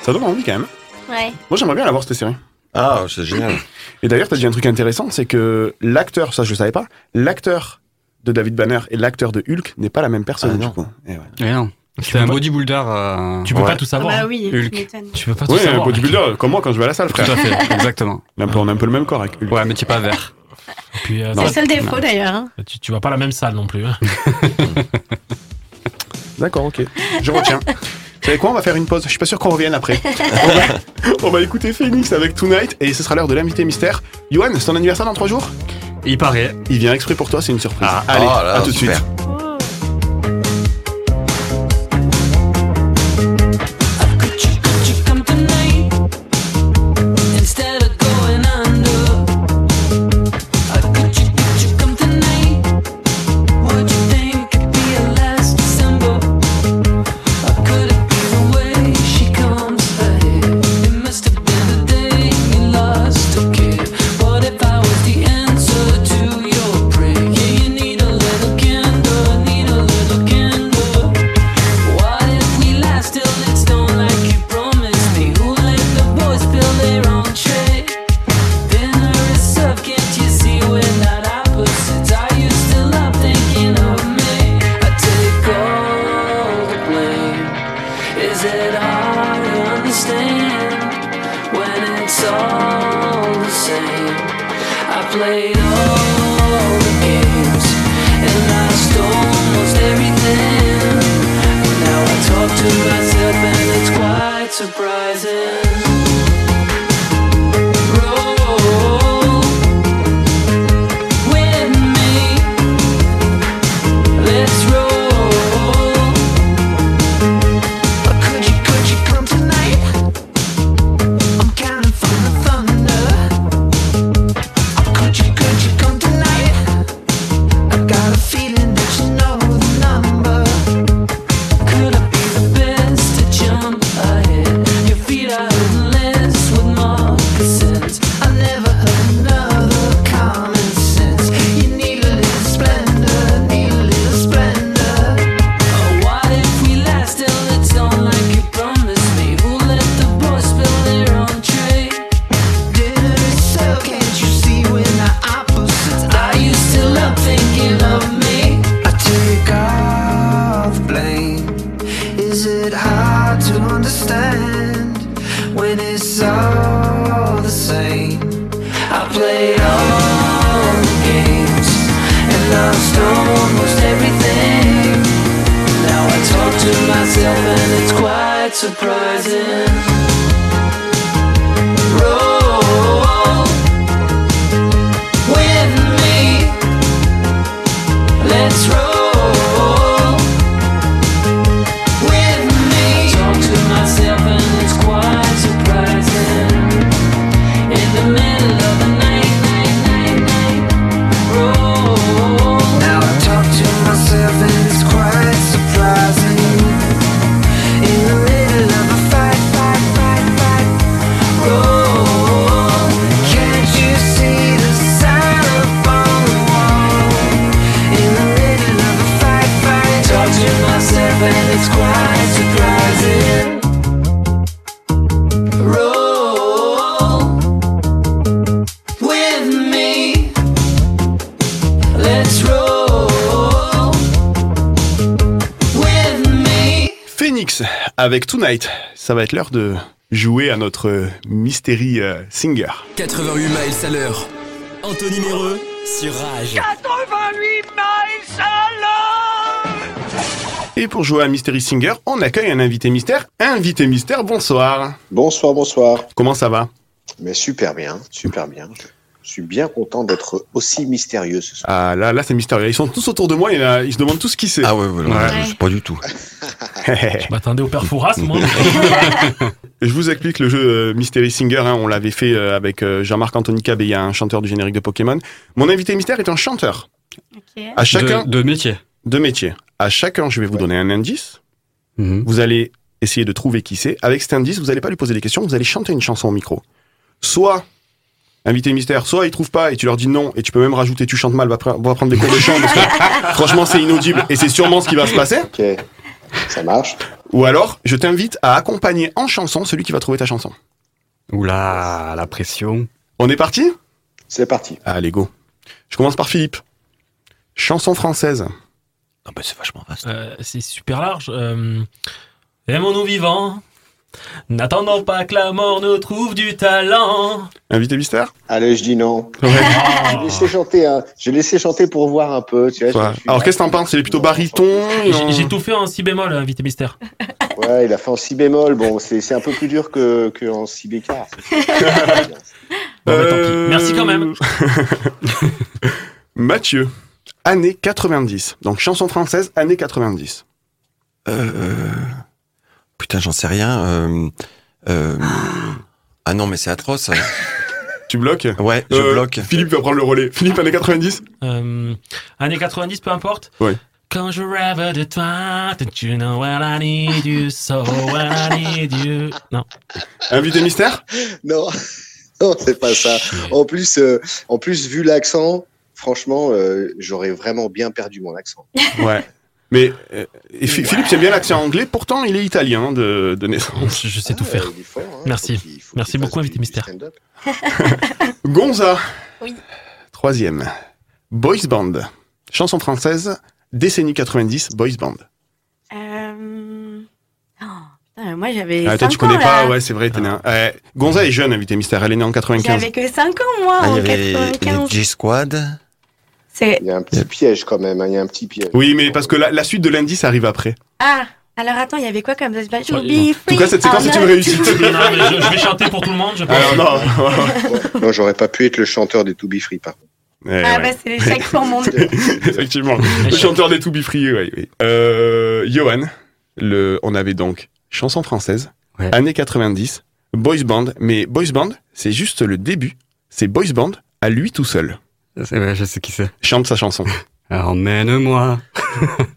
[SPEAKER 1] Ça donne envie quand même.
[SPEAKER 9] Ouais.
[SPEAKER 1] Moi, j'aimerais bien la voir cette série.
[SPEAKER 11] Ah, c'est génial.
[SPEAKER 1] Et d'ailleurs, t'as dit un truc intéressant, c'est que l'acteur, ça je le savais pas, l'acteur de David Banner et l'acteur de Hulk n'est pas la même personne
[SPEAKER 11] Ah
[SPEAKER 1] du coup. Eh ouais.
[SPEAKER 4] Eh non. C'était un bodybuilder. euh,
[SPEAKER 1] Tu peux pas
[SPEAKER 4] ouais.
[SPEAKER 1] tout savoir,
[SPEAKER 9] Ah bah oui, tu
[SPEAKER 4] Hulk.
[SPEAKER 9] m'étonnes.
[SPEAKER 4] Tu peux pas tout
[SPEAKER 1] Ouais, un
[SPEAKER 4] savoir.
[SPEAKER 1] bodybuilder, comme moi quand je vais à la salle,
[SPEAKER 4] Tout
[SPEAKER 1] frère.
[SPEAKER 4] à fait, exactement.
[SPEAKER 1] On a un peu, on a un peu le même corps avec Hulk.
[SPEAKER 4] Ouais, mais tu es pas vert.
[SPEAKER 12] Puis, euh,
[SPEAKER 9] C'est
[SPEAKER 12] toi,
[SPEAKER 9] le seul défaut d'ailleurs. hein.
[SPEAKER 12] tu, tu vas pas à la même salle non plus. hein.
[SPEAKER 1] D'accord, ok. Je retiens. Vous savez quoi, on va faire une pause. Je suis pas sûr qu'on revienne après. On va, on va écouter Phoenix avec Tonight et ce sera l'heure de l'invité mystère. Yoann, c'est ton anniversaire dans trois jours
[SPEAKER 4] Il paraît.
[SPEAKER 1] Il vient exprès pour toi, c'est une surprise.
[SPEAKER 11] Ah,
[SPEAKER 1] Allez,
[SPEAKER 11] oh là,
[SPEAKER 1] à tout de
[SPEAKER 11] super.
[SPEAKER 1] suite.
[SPEAKER 8] Could you come tonight instead of going under? Could you could you come tonight? Would you think it'd be a last December? Could it be the way she comes ahead? It must have been the day you lost a kid. What if I was the answer to your prayer? Yeah, you need a little candle, need a little candle. What if we last till it's dawn like you promised me? Who let the boys build their own trade? Dinner is served, can't you see we're not opposites? Are you still up thinking of me? I take all the blame. Is it hard to understand when it's all the same? I played all the games and I stole most everything. Now I talk to myself and it's quite surprising. Roll with me. Let's roll. Oh, surprising. Roll with me. Let's roll with me. Talk to myself and it's quite surprising. In the middle of the night, night, night, night. Oh. Roll. Now I talk to myself and it's quite surprising. In the middle of a fight, fight, fight, fight. Roll. Can't you see the sign up on the wall? In the middle of a fight, fight. Talk to myself and it's quite surprising. Roll with me. Let's roll with me.
[SPEAKER 1] Phoenix avec Tonight. Ça va être l'heure de jouer à notre euh, mystery euh, singer.
[SPEAKER 3] 88 miles à l'heure. Anthony Méreux sur Rage.
[SPEAKER 8] 88 miles à
[SPEAKER 1] Et pour jouer à Mystery Singer, on accueille un invité mystère. Invité mystère, bonsoir.
[SPEAKER 16] Bonsoir, bonsoir.
[SPEAKER 1] Comment ça va
[SPEAKER 16] Mais super bien, super bien. Je suis bien content d'être aussi mystérieux ce soir.
[SPEAKER 1] Ah là, là c'est mystérieux. Ils sont tous autour de moi et là, ils se demandent tous qui c'est. Ah ouais,
[SPEAKER 11] voilà, je sais
[SPEAKER 1] pas du tout.
[SPEAKER 12] Je m'attendais au père Fouras, moi.
[SPEAKER 1] Je vous explique le jeu euh, Mystery Singer. hein, on l'avait fait euh, avec euh, Jean-Marc Anthony Cabella, un chanteur du générique de Pokémon. Mon invité mystère est un chanteur. À chacun
[SPEAKER 4] De, métier.
[SPEAKER 1] de métier. À chacun, je vais vous donner un indice.
[SPEAKER 4] Mhm.
[SPEAKER 1] Vous allez essayer de trouver qui c'est. Avec cet indice, vous n'allez pas lui poser des questions, vous allez chanter une chanson au micro. Soit invité mystère, soit il trouve pas et tu leur dis non et tu peux même rajouter tu chantes mal, va, pre- va prendre des cours de chant parce que franchement c'est inaudible et c'est sûrement ce qui va se passer.
[SPEAKER 16] Ok, ça marche.
[SPEAKER 1] Ou alors, je t'invite à accompagner en chanson celui qui va trouver ta chanson.
[SPEAKER 4] Oula, la pression.
[SPEAKER 1] On est parti
[SPEAKER 16] C'est parti.
[SPEAKER 1] Allez, go. Je commence par Philippe. Chanson française. Ah bah c'est vachement vaste.
[SPEAKER 12] Euh, c'est super large. euh, Aimons-nous vivants. N'attendons pas que la mort nous trouve du talent.
[SPEAKER 1] Invité mystère
[SPEAKER 16] Allez, je dis non. J'ai laissé chanter, hein. J'ai laissé chanter pour voir un peu. Tu vois, je me suis-
[SPEAKER 1] Alors qu'est-ce que t'en penses Il est Ah, plutôt baryton
[SPEAKER 16] Oh
[SPEAKER 12] J'ai- J'ai tout fait en si bémol, euh, invité mystère.
[SPEAKER 16] Ouais, il a fait en si bémol. Bon, c'est c'est un peu plus dur que, que en si bécard.
[SPEAKER 4] bah,
[SPEAKER 1] Euh,
[SPEAKER 12] Merci quand même.
[SPEAKER 1] Mathieu. Année 90. Donc chanson française, année 90.
[SPEAKER 11] Euh, Putain, j'en sais rien. euh, euh, Ah non, mais c'est atroce.
[SPEAKER 1] tu bloques
[SPEAKER 11] Ouais, je
[SPEAKER 1] Euh,
[SPEAKER 11] bloque.
[SPEAKER 1] Philippe va prendre le relais. Philippe, année 90
[SPEAKER 12] Euh, années 90, peu importe.
[SPEAKER 1] Ouais.
[SPEAKER 12] Quand je rêve de toi, don't you know when I need you, so when I need you. Non.
[SPEAKER 1] Invité mystère
[SPEAKER 16] Non, non, c'est pas ça. En plus, euh, en plus, vu l'accent, franchement, euh, j'aurais vraiment bien perdu mon accent.
[SPEAKER 1] Ouais. Mais euh, et Fi- Philippe, c'est bien l'accent anglais, pourtant il est italien de, de naissance.
[SPEAKER 12] Je sais tout faire. Merci. Merci beaucoup, invité mystère.
[SPEAKER 1] Gonza.
[SPEAKER 9] Oui.
[SPEAKER 1] Troisième. Boys Band. Chanson française, décennie 90, Boys Band.
[SPEAKER 9] Euh... oh, putain, moi j'avais.
[SPEAKER 1] Ah, toi, tu
[SPEAKER 9] cinq ans,
[SPEAKER 1] connais pas,
[SPEAKER 9] là.
[SPEAKER 1] ouais, c'est
[SPEAKER 12] Ah.
[SPEAKER 1] vrai, t'es né un- Ouais, Gonza est jeune, invité mystère, elle est née en 95.
[SPEAKER 9] J'avais que 5 ans moi
[SPEAKER 1] Ah,
[SPEAKER 9] en 95.
[SPEAKER 11] G-Squad.
[SPEAKER 9] C'est-
[SPEAKER 16] Il y a un petit piège quand même. hein, Il y a un petit piège.
[SPEAKER 1] Oui, mais parce que la, la suite de l'indice arrive après.
[SPEAKER 9] Ah, alors attends, il y avait quoi comme ça Je sais pas, You'll
[SPEAKER 1] En
[SPEAKER 9] be
[SPEAKER 1] tout cas,
[SPEAKER 9] free
[SPEAKER 1] cette
[SPEAKER 9] or
[SPEAKER 1] séquence est une
[SPEAKER 9] not.
[SPEAKER 1] réussite.
[SPEAKER 12] Non, mais je, je vais chanter pour tout le monde, je pense.
[SPEAKER 11] Ah,
[SPEAKER 1] Alors, non.
[SPEAKER 16] Non, j'aurais pas pu être le chanteur des To Be Free, par contre.
[SPEAKER 1] Eh
[SPEAKER 9] Ah bah c'est chaque fois mon dieu.
[SPEAKER 1] Effectivement. Le chanteur des To Be Free, oui. oui. Euh, Johan, le, on avait donc chanson française, années 90, boys band, mais boys band, c'est juste le début. C'est boys band à lui tout seul.
[SPEAKER 4] je sais qui c'est.
[SPEAKER 1] Chante sa chanson.
[SPEAKER 4] Emmène-moi.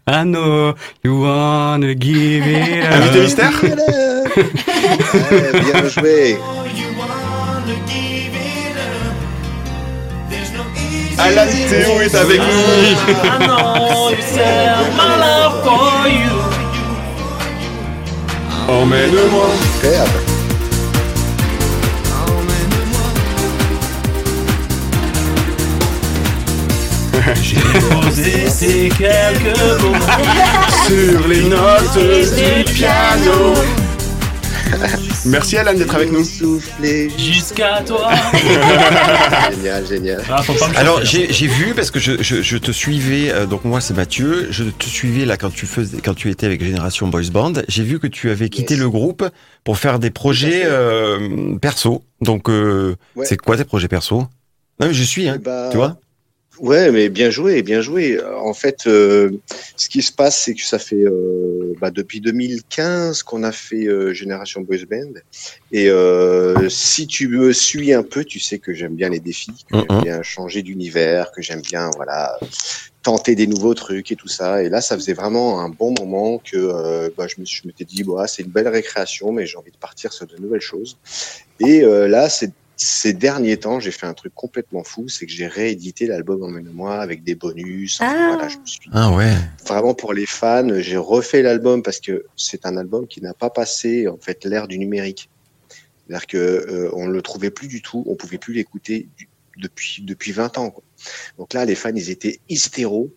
[SPEAKER 4] I know you wanna
[SPEAKER 12] Eh
[SPEAKER 4] give
[SPEAKER 12] ben,
[SPEAKER 4] it
[SPEAKER 12] euh,
[SPEAKER 4] up.
[SPEAKER 1] Invité mystère
[SPEAKER 16] Ouais, Eh, bien joué.
[SPEAKER 1] Alan Théo est avec
[SPEAKER 8] I know you said my love for you.
[SPEAKER 1] nous. Emmène-moi.
[SPEAKER 12] Poser ces quelques mots
[SPEAKER 1] Sur les notes
[SPEAKER 12] du piano.
[SPEAKER 1] Merci Alan d'être avec nous.
[SPEAKER 12] Jusqu'à toi.
[SPEAKER 16] génial, génial.
[SPEAKER 12] Ah, faut pas me
[SPEAKER 11] Alors
[SPEAKER 12] chauffer, là.
[SPEAKER 11] j'ai j'ai vu parce que je, je- je te suivais euh, donc moi c'est Mathieu je te suivais là quand tu faisais quand tu étais avec Génération Boys Band j'ai vu que tu avais quitté le groupe pour faire des projets euh, perso donc euh,
[SPEAKER 16] Ouais.
[SPEAKER 11] c'est quoi tes projets perso non mais je suis hein,
[SPEAKER 16] Bah,
[SPEAKER 11] tu vois
[SPEAKER 16] Ouais, mais bien joué, bien joué. Euh, En fait, euh, ce qui se passe, c'est que ça fait euh, bah, depuis 2015 qu'on a fait euh, Génération Boys Band. Et euh, si tu me suis un peu, tu sais que j'aime bien les défis, que j'aime
[SPEAKER 11] Mhm.
[SPEAKER 16] bien changer d'univers, que j'aime bien voilà tenter des nouveaux trucs et tout ça. Et là, ça faisait vraiment un bon moment que euh, bah, je me suis- je m'étais dit, bah, c'est une belle récréation, mais j'ai envie de partir sur de nouvelles choses. Et euh, là, ces, ces derniers temps, j'ai fait un truc complètement fou, c'est que j'ai réédité l'album Emmène-moi avec des bonus. Enfin, voilà, je me suis
[SPEAKER 11] ah ouais
[SPEAKER 16] vraiment pour les fans, j'ai refait l'album parce que c'est un album qui n'a pas passé en fait l'ère du numérique. C'est-à-dire que euh, on ne le trouvait plus du tout, on pouvait plus l'écouter du- depuis depuis 20 ans. quoi. Donc là, les fans, ils étaient hystéros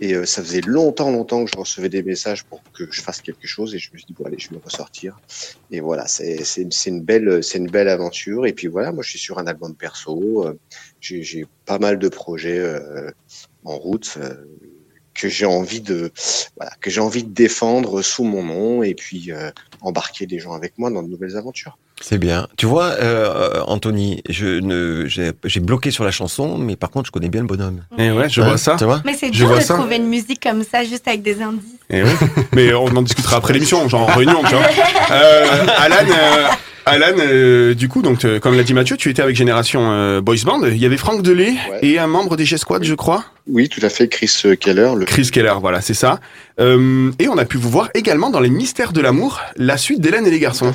[SPEAKER 16] et euh, ça faisait longtemps, longtemps que je recevais des messages pour que je fasse quelque chose et je me suis dit bon allez, je vais me ressortir. Et voilà, c'est c'est une, c'est une belle c'est une belle aventure. Et puis voilà, moi je suis sur un album perso, euh, j'ai j'ai pas mal de projets euh, en route. euh, que j'ai envie de voilà, que j'ai envie de défendre sous mon nom et puis euh, embarquer des gens avec moi dans de nouvelles aventures.
[SPEAKER 11] c'est bien tu vois euh, Anthony je ne j'ai j'ai bloqué sur la chanson mais par contre je connais bien le bonhomme
[SPEAKER 1] et ouais je
[SPEAKER 11] Hein,
[SPEAKER 1] vois ça
[SPEAKER 11] tu vois
[SPEAKER 9] Mais c'est
[SPEAKER 1] je
[SPEAKER 9] dur
[SPEAKER 1] vois
[SPEAKER 9] de
[SPEAKER 1] ça
[SPEAKER 9] trouver une musique comme ça, juste avec des indices.
[SPEAKER 1] Eh oui. mais on en discutera après l'émission genre en réunion tu vois Euh, Alan euh, Alan euh, du coup donc euh, comme l'a dit Mathieu tu étais avec Génération euh, Boys Band il y avait Franck Delay et un membre des G-Squad je crois
[SPEAKER 16] oui tout à fait Chris euh, Keller le
[SPEAKER 1] Chris Keller voilà c'est ça Euh, et on a pu vous voir également dans les Mystères de l'amour la suite d'Hélène et les garçons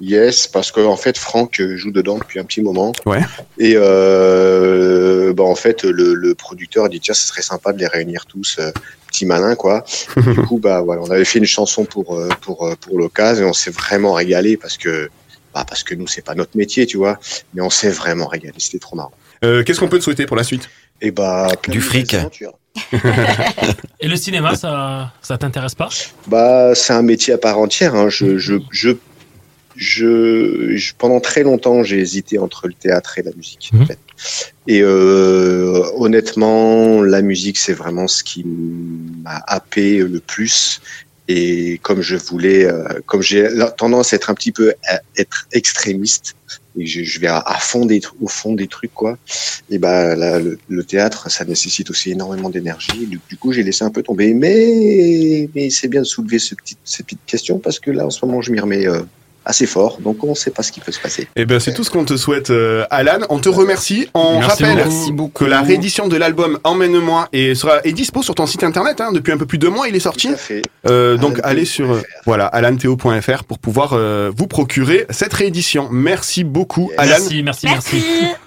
[SPEAKER 16] Yes, parce que en fait Franck euh, joue dedans depuis un petit moment.
[SPEAKER 1] Ouais.
[SPEAKER 16] Et euh, bah, en fait le, le producteur a dit tiens ce serait sympa de les réunir tous, euh, petit malin quoi. du coup bah voilà on avait fait une chanson pour euh, pour euh, pour l'occasion et on s'est vraiment régalé parce que bah, parce que nous c'est pas notre métier tu vois, mais on s'est vraiment régalé c'était trop marrant.
[SPEAKER 1] Euh, qu'est-ce qu'on peut te souhaiter pour la suite
[SPEAKER 16] et bah
[SPEAKER 11] du fric
[SPEAKER 12] Et le cinéma, ça, ça t'intéresse pas
[SPEAKER 16] Bah, c'est un métier à part entière. hein. Je, je, je, je, je- pendant très longtemps, j'ai hésité entre le théâtre et la musique.
[SPEAKER 11] Mhm.
[SPEAKER 16] en fait. Et euh, honnêtement, la musique, c'est vraiment ce qui m'a happé le plus. Et comme je voulais, euh, comme j'ai la tendance à être un petit peu à être extrémiste, et je, je vais à, à fond des, tru- au fond des trucs quoi. Et bah là, le, le théâtre, ça nécessite aussi énormément d'énergie. Du, du coup, j'ai laissé un peu tomber. Mais, mais c'est bien de soulever ce petit, cette petite question parce que là, en ce moment, je m'y remets euh, assez fort. Donc, on ne sait pas ce qui peut se passer.
[SPEAKER 1] Eh ben, c'est tout ce qu'on te souhaite, euh, Alan. On te remercie. On
[SPEAKER 16] Merci
[SPEAKER 1] rappelle
[SPEAKER 16] beaucoup. Merci
[SPEAKER 1] que la réédition de l'album Emmène-moi et sera est dispo sur ton site internet. hein. depuis un peu plus de deux mois, il est sorti. Euh, donc, allez sur euh, voilà alantheo.fr pour pouvoir euh, vous procurer cette réédition. Merci beaucoup, Alan.
[SPEAKER 12] Merci, merci, merci.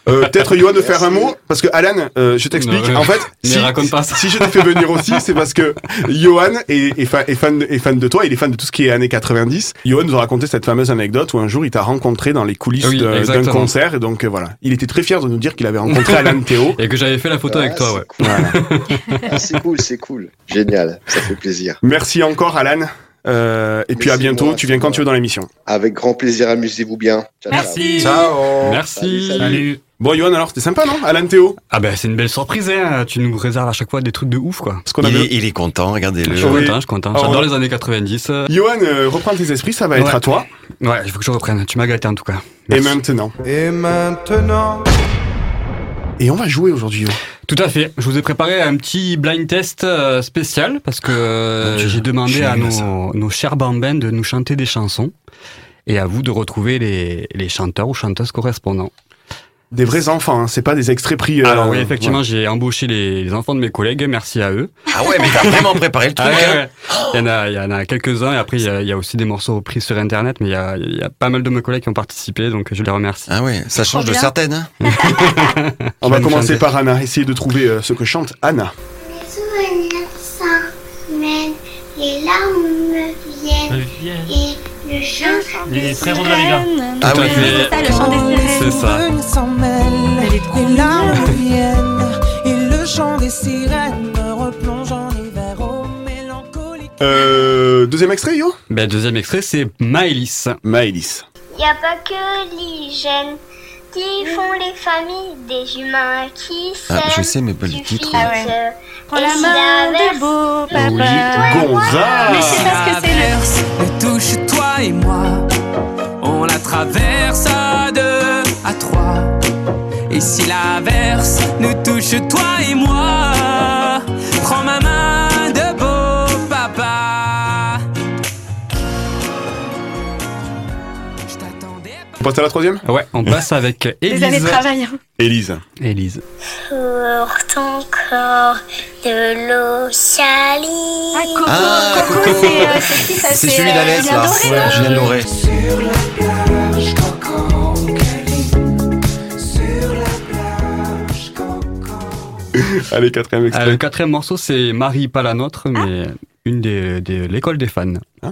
[SPEAKER 1] Euh, Peut-être Johan de faire un mot parce que Alan, euh, je t'explique.
[SPEAKER 4] Non,
[SPEAKER 1] En fait,
[SPEAKER 4] ne
[SPEAKER 1] si,
[SPEAKER 4] raconte pas ça.
[SPEAKER 1] si je te fais venir aussi, c'est parce que Johan est, est fa- est fan, est fan de toi. Il est fan de tout ce qui est années 90. Johan nous a raconté cette fameuse anecdote où un jour il t'a rencontré dans les coulisses
[SPEAKER 4] Oui,
[SPEAKER 1] d'un- d'un
[SPEAKER 4] exactement.
[SPEAKER 1] concert et donc euh, voilà, il était très fier de nous dire qu'il avait rencontré Alan Théo.
[SPEAKER 4] Et que j'avais fait la photo avec toi, ouais.
[SPEAKER 16] Ah, c'est cool, c'est cool. Génial, ça fait plaisir.
[SPEAKER 1] Merci encore, Alan. Euh, et puis à bientôt. tu viens quand tu veux dans l'émission.
[SPEAKER 16] Avec grand plaisir, amusez-vous bien. Ciao,
[SPEAKER 1] Merci.
[SPEAKER 16] ciao.
[SPEAKER 1] Ciao.
[SPEAKER 4] Merci.
[SPEAKER 1] Salut, salut. Bon, Johan, alors c'était sympa, non Alan Théo
[SPEAKER 4] Ah ben c'est une belle surprise, hein. tu nous réserves à chaque fois des trucs de ouf quoi.
[SPEAKER 1] qu'on
[SPEAKER 11] il,
[SPEAKER 1] avait-
[SPEAKER 11] est, il est content regardez-le
[SPEAKER 4] Je suis content, je suis content.
[SPEAKER 1] Alors,
[SPEAKER 4] J'adore
[SPEAKER 1] on-
[SPEAKER 4] les années 90. euh.
[SPEAKER 1] Johan, euh, reprends tes esprits, ça va être
[SPEAKER 4] Ouais.
[SPEAKER 1] à toi.
[SPEAKER 4] Ouais, il faut que je reprenne, tu m'as gâté en tout cas.
[SPEAKER 1] Et maintenant.
[SPEAKER 4] Et maintenant.
[SPEAKER 1] Et on va jouer aujourd'hui.
[SPEAKER 4] Tout à fait. Je vous ai préparé un petit blind test euh, spécial parce que euh, j'ai
[SPEAKER 11] je
[SPEAKER 4] demandé
[SPEAKER 11] suis
[SPEAKER 4] à
[SPEAKER 11] nul à
[SPEAKER 4] nos, nos chers bambins de nous chanter des chansons et à vous de retrouver les, les chanteurs ou chanteuses correspondants.
[SPEAKER 1] Des vrais enfants, hein, c'est pas des extraits pris. euh,
[SPEAKER 4] Alors oui, effectivement,
[SPEAKER 1] ouais.
[SPEAKER 4] j'ai embauché les, les enfants de mes collègues. Merci à eux.
[SPEAKER 11] ah ouais mais t'as vraiment préparé le truc
[SPEAKER 4] Ah ouais,
[SPEAKER 11] hein.
[SPEAKER 4] ouais. Il y en a, il y en a quelques-uns. Et après, il y, a, il y a aussi des morceaux repris sur Internet, mais il y, a, il y a pas mal de mes collègues qui ont participé, donc je les remercie.
[SPEAKER 11] Ah ouais, ça change
[SPEAKER 4] de
[SPEAKER 11] de certaines hein.
[SPEAKER 1] On va commencer par Anna, essayer de trouver euh, ce que chante Anna.
[SPEAKER 14] Souvenirs s'en mêlent, les larmes me viennent, et le chant
[SPEAKER 12] Les frères
[SPEAKER 14] sirènes
[SPEAKER 12] Rodriguez.
[SPEAKER 14] me
[SPEAKER 4] Ah oui,
[SPEAKER 14] vient.
[SPEAKER 4] mais-
[SPEAKER 14] C'est ça, le chant des sirènes.
[SPEAKER 4] C'est ça.
[SPEAKER 18] s'en mêlent, les larmes viennent, et le chant des sirènes me replonge en hiver au mélancolique.
[SPEAKER 1] Euh, le deuxième extrait, yo
[SPEAKER 4] Ben, deuxième extrait, c'est Maëlys.
[SPEAKER 1] Maëlys.
[SPEAKER 14] Il n'y a pas que l'hygiène qui font les familles des humains qui s'aiment.
[SPEAKER 11] Ah, je sais, mais pas le titre.
[SPEAKER 14] Ah ouais.
[SPEAKER 9] Prends la main de beau papa.
[SPEAKER 11] Gonza
[SPEAKER 9] Mais je sais pas ce que c'est le.
[SPEAKER 18] Ah, Mais touche-toi et moi, on la traverse à deux, à trois. Et si la verse nous touche toi et moi, prends ma main de beau papa.
[SPEAKER 1] On passe à la troisième
[SPEAKER 4] Ouais, on passe avec
[SPEAKER 9] Les années de
[SPEAKER 4] Élise.
[SPEAKER 1] hein.
[SPEAKER 9] travail. hein.
[SPEAKER 1] Élise.
[SPEAKER 4] Élise.
[SPEAKER 14] Pour ton corps de l'eau salie.
[SPEAKER 11] Ah, Coco, Coco.
[SPEAKER 9] c'est, euh, c'est qui, ça,
[SPEAKER 11] C'est
[SPEAKER 9] c'est,
[SPEAKER 11] celui
[SPEAKER 9] euh,
[SPEAKER 11] d'Alès,
[SPEAKER 9] Julien
[SPEAKER 11] là.
[SPEAKER 9] Doré,
[SPEAKER 11] Ouais,
[SPEAKER 9] non
[SPEAKER 11] Julien Doré.
[SPEAKER 1] Allez, quatrième extrait.
[SPEAKER 4] Euh, le quatrième morceau, c'est Marie, pas la
[SPEAKER 1] Ah.
[SPEAKER 4] nôtre, mais une des, des- l'école des fans.
[SPEAKER 12] Ah.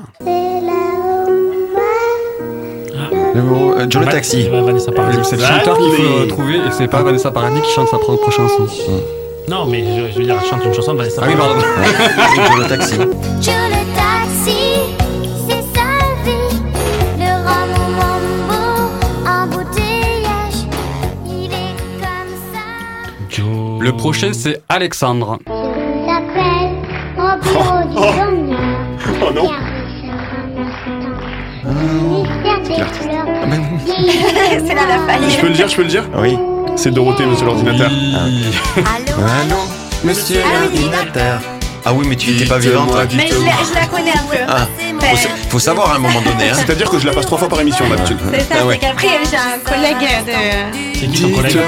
[SPEAKER 11] Le mot, euh, Joe le
[SPEAKER 4] Bah,
[SPEAKER 11] taxi.
[SPEAKER 12] Bah, Vanessa Paradis.
[SPEAKER 4] C'est le chanteur qu'il faut
[SPEAKER 1] Allez.
[SPEAKER 4] euh, trouver, et c'est pas Vanessa Paradis qui chante sa propre chanson.
[SPEAKER 12] Non, mais je, je veux dire, elle chante une chanson de Vanessa
[SPEAKER 4] Ah oui,
[SPEAKER 12] Paradis.
[SPEAKER 4] pardon.
[SPEAKER 11] Joe le taxi.
[SPEAKER 8] Je le taxi, c'est sa vie. Le roman mambo en bouteillage, il est comme ça.
[SPEAKER 4] Le prochain, c'est Alexandre.
[SPEAKER 8] L'appelle au bureau du bonheur.
[SPEAKER 1] Oh non.
[SPEAKER 9] c'est là la
[SPEAKER 1] Je
[SPEAKER 9] faille.
[SPEAKER 1] peux le dire, je peux le dire
[SPEAKER 11] Oui.
[SPEAKER 1] C'est Dorothée, monsieur l'ordinateur. Ah
[SPEAKER 11] Allô, monsieur l'ordinateur. Ah oui, mais tu n'étais pas vivante.
[SPEAKER 1] Dites-moi,
[SPEAKER 9] Mais je
[SPEAKER 11] toi.
[SPEAKER 1] dites-moi.
[SPEAKER 9] la, je la connais un peu.
[SPEAKER 11] Ah, Faut, sa- faut savoir à un moment donné. Hein.
[SPEAKER 1] C'est-à-dire que je la passe trois fois par émission d'habitude.
[SPEAKER 9] C'est ça,
[SPEAKER 11] Ah ouais.
[SPEAKER 9] c'est qu'après, j'ai un collègue de.
[SPEAKER 12] C'est qui ton collègue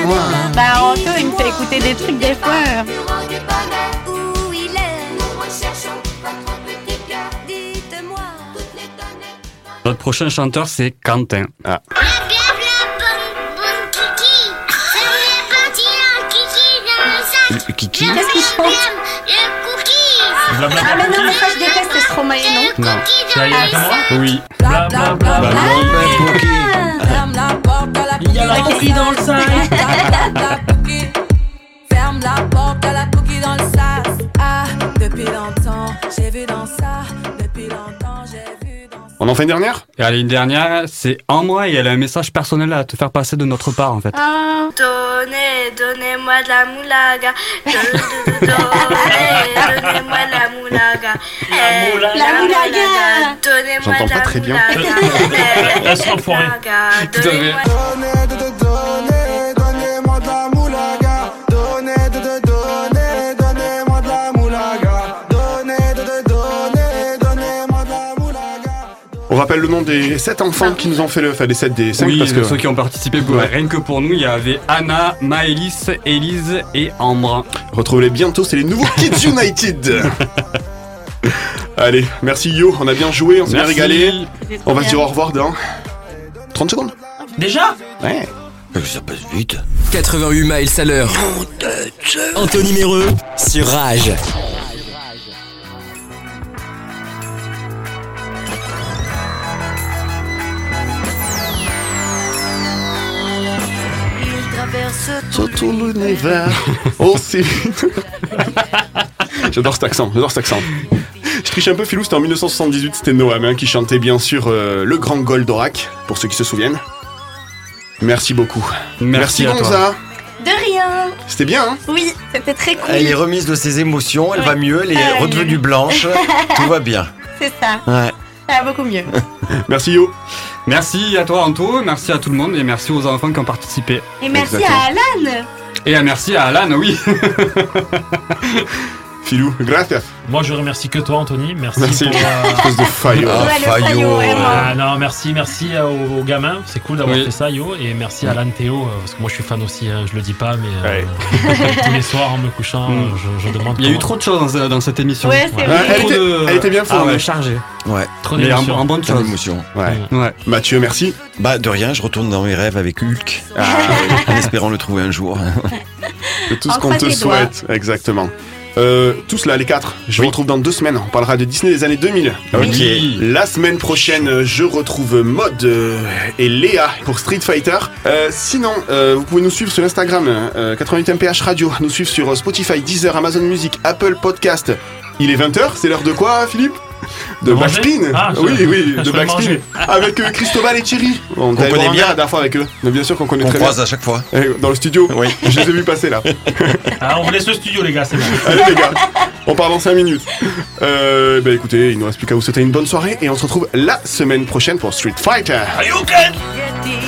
[SPEAKER 9] Bah, Anto, il me fait écouter des trucs des fois. euh,
[SPEAKER 8] Bureau du bonheur où il est. Nous recherchons votre petit cœur. Ah. Dites-moi toutes les données.
[SPEAKER 4] Notre prochain chanteur, c'est Quentin.
[SPEAKER 8] Regarde la bonne, bonne Kiki. Elle est partie en Kiki dans le sac.
[SPEAKER 11] Le- Kiki
[SPEAKER 8] Le
[SPEAKER 9] Qu'est-ce qu'il chante
[SPEAKER 8] William, le cookie.
[SPEAKER 9] Ah, mais non, mais ça, je déteste c'est Stromae, non
[SPEAKER 8] Le
[SPEAKER 4] Non.
[SPEAKER 8] cookie
[SPEAKER 12] C'est
[SPEAKER 8] dans
[SPEAKER 12] Aya
[SPEAKER 8] le sac.
[SPEAKER 12] Nakamura
[SPEAKER 4] Oui.
[SPEAKER 12] Bla, bla, bla, bla.
[SPEAKER 18] Ferme la porte à la
[SPEAKER 12] Il y a la
[SPEAKER 18] cookie dans le sac. Ferme la porte à la cookie dans le sac. Ah, depuis longtemps, j'ai vu dans ça. Depuis longtemps, j'ai vu dans ça.
[SPEAKER 1] On en fait une dernière
[SPEAKER 4] Et allez, une dernière, c'est Ambre, et elle a un message personnel à te faire passer de notre part, en fait.
[SPEAKER 9] Ah,
[SPEAKER 14] Donnez, donnez-moi de la moulaga. Donnez, donnez-moi de la moulaga. Eh,
[SPEAKER 12] moulaga.
[SPEAKER 9] La moulaga.
[SPEAKER 14] Donnez-moi
[SPEAKER 1] J'entends
[SPEAKER 14] de
[SPEAKER 1] pas
[SPEAKER 14] la
[SPEAKER 1] très bien.
[SPEAKER 14] moulaga. Eh,
[SPEAKER 12] Elle se l'enfoirée.
[SPEAKER 14] moulaga.
[SPEAKER 4] Tout à fait.
[SPEAKER 14] Donnez-moi-
[SPEAKER 1] On rappelle le nom des sept enfants qui nous ont fait le. Enfin, des sept des cinq
[SPEAKER 4] Oui,
[SPEAKER 1] parce que.
[SPEAKER 4] ceux qui ont participé,
[SPEAKER 1] Ouais.
[SPEAKER 4] rien que pour nous, il y avait Anna, Maëlys, Élise et Ambre.
[SPEAKER 1] Retrouvez-les bientôt, c'est les nouveaux Kids United Allez, merci Yo, on a bien joué, on s'est bien
[SPEAKER 4] Merci.
[SPEAKER 1] régalé.
[SPEAKER 9] c'était trop
[SPEAKER 1] On va se
[SPEAKER 9] bien.
[SPEAKER 1] dire au revoir dans 30 secondes.
[SPEAKER 12] Déjà
[SPEAKER 1] Ouais.
[SPEAKER 11] Euh, Ça passe vite.
[SPEAKER 3] 88 miles à l'heure. Anthony Méreux sur Rage.
[SPEAKER 18] Il traverse
[SPEAKER 1] Surtout l'univers. Oh, c'est. j'adore cet accent, j'adore cet accent. Je triche un peu, Philou, c'était en 1978, c'était Noam hein, qui chantait bien sûr euh, le grand Goldorak, pour ceux qui se souviennent. Merci beaucoup.
[SPEAKER 4] Merci, à toi.
[SPEAKER 1] Gonza.
[SPEAKER 9] De rien.
[SPEAKER 1] C'était bien, hein
[SPEAKER 9] Oui, c'était très cool.
[SPEAKER 11] Elle est remise de ses émotions, elle va mieux, elle
[SPEAKER 9] Ah
[SPEAKER 11] est
[SPEAKER 9] oui.
[SPEAKER 11] redevenue blanche, tout va bien.
[SPEAKER 9] C'est ça.
[SPEAKER 11] Ouais.
[SPEAKER 9] Ça va beaucoup mieux.
[SPEAKER 1] Merci Yo.
[SPEAKER 4] Merci à toi, Anto, merci à tout le monde, et merci aux enfants qui ont participé.
[SPEAKER 9] Et merci
[SPEAKER 1] Exactement.
[SPEAKER 9] à Alan.
[SPEAKER 4] Et un merci à Alan, oui.
[SPEAKER 1] Philou, gracias.
[SPEAKER 12] Moi, je remercie que toi, Anthony. Merci,
[SPEAKER 1] Merci.
[SPEAKER 12] pour. euh,
[SPEAKER 1] Espèce de faillot.
[SPEAKER 11] Ah,
[SPEAKER 9] ouais, le
[SPEAKER 11] Fayot.
[SPEAKER 9] faillot, vraiment.
[SPEAKER 12] Ah non, merci, merci euh, aux, aux gamins. C'est cool d'avoir
[SPEAKER 4] Oui.
[SPEAKER 12] fait ça, yo. Et merci à Alan Théo, euh, parce que moi je suis fan aussi, hein, je le dis pas, mais euh,
[SPEAKER 1] Ouais.
[SPEAKER 12] tous les soirs en me couchant,
[SPEAKER 4] Mm.
[SPEAKER 12] euh, je, je demande.
[SPEAKER 4] Il y a eu
[SPEAKER 12] comment-
[SPEAKER 4] trop de choses dans, dans cette émission.
[SPEAKER 9] Ouais, c'est
[SPEAKER 1] Ouais,
[SPEAKER 9] vrai.
[SPEAKER 1] elle,
[SPEAKER 4] Trop
[SPEAKER 1] était,
[SPEAKER 4] de-
[SPEAKER 1] elle était bien
[SPEAKER 4] Ah
[SPEAKER 1] fournie.
[SPEAKER 4] ouais, chargée.
[SPEAKER 11] Ouais,
[SPEAKER 12] trop
[SPEAKER 4] Mais en,
[SPEAKER 12] d'émotions.
[SPEAKER 4] en bonne
[SPEAKER 11] plein
[SPEAKER 4] chose.
[SPEAKER 11] d'émotions.
[SPEAKER 1] Ouais.
[SPEAKER 4] Ouais.
[SPEAKER 1] Mathieu, merci. Ah.
[SPEAKER 11] Bah de rien, je retourne dans mes rêves avec Hulk, en espérant le trouver un jour.
[SPEAKER 1] de tout ce
[SPEAKER 9] En
[SPEAKER 1] qu'on
[SPEAKER 9] croise
[SPEAKER 1] te
[SPEAKER 9] les doigts.
[SPEAKER 1] souhaite. Exactement. Euh, tous là, les quatre, je vous retrouve dans deux semaines. On parlera de Disney des années 2000.
[SPEAKER 11] Oui.
[SPEAKER 1] La semaine prochaine, euh, je retrouve Mod euh, et Léa pour Street Fighter. Euh, sinon, euh, vous pouvez nous suivre sur Instagram, euh, 88mph Radio, nous suivre sur euh, Spotify, Deezer, Amazon Music, Apple Podcast. Il est 20h, c'est l'heure de quoi, Philippe De
[SPEAKER 12] manger
[SPEAKER 1] Backspin
[SPEAKER 12] Ah, je-
[SPEAKER 1] Oui, oui,
[SPEAKER 12] je
[SPEAKER 1] de
[SPEAKER 12] vais
[SPEAKER 1] Backspin.
[SPEAKER 12] manger.
[SPEAKER 1] Avec euh, Cristobal et Thierry.
[SPEAKER 11] Qu'on
[SPEAKER 1] On allait
[SPEAKER 11] connaît
[SPEAKER 1] boire
[SPEAKER 11] bien.
[SPEAKER 1] un verre la dernière fois avec eux. Mais bien sûr qu'on connaît
[SPEAKER 11] Qu'on
[SPEAKER 1] très bien.
[SPEAKER 11] croise à chaque fois.
[SPEAKER 1] Eh, Dans le studio. Oui. Je les ai vus passer là.
[SPEAKER 12] Ah, on vous laisse le studio, les gars, c'est bon.
[SPEAKER 1] Allez les gars, on part dans 5 minutes. Euh, bah écoutez, il nous reste plus qu'à vous souhaiter une bonne soirée et on se retrouve la semaine prochaine pour Street Fighter.
[SPEAKER 8] You can get the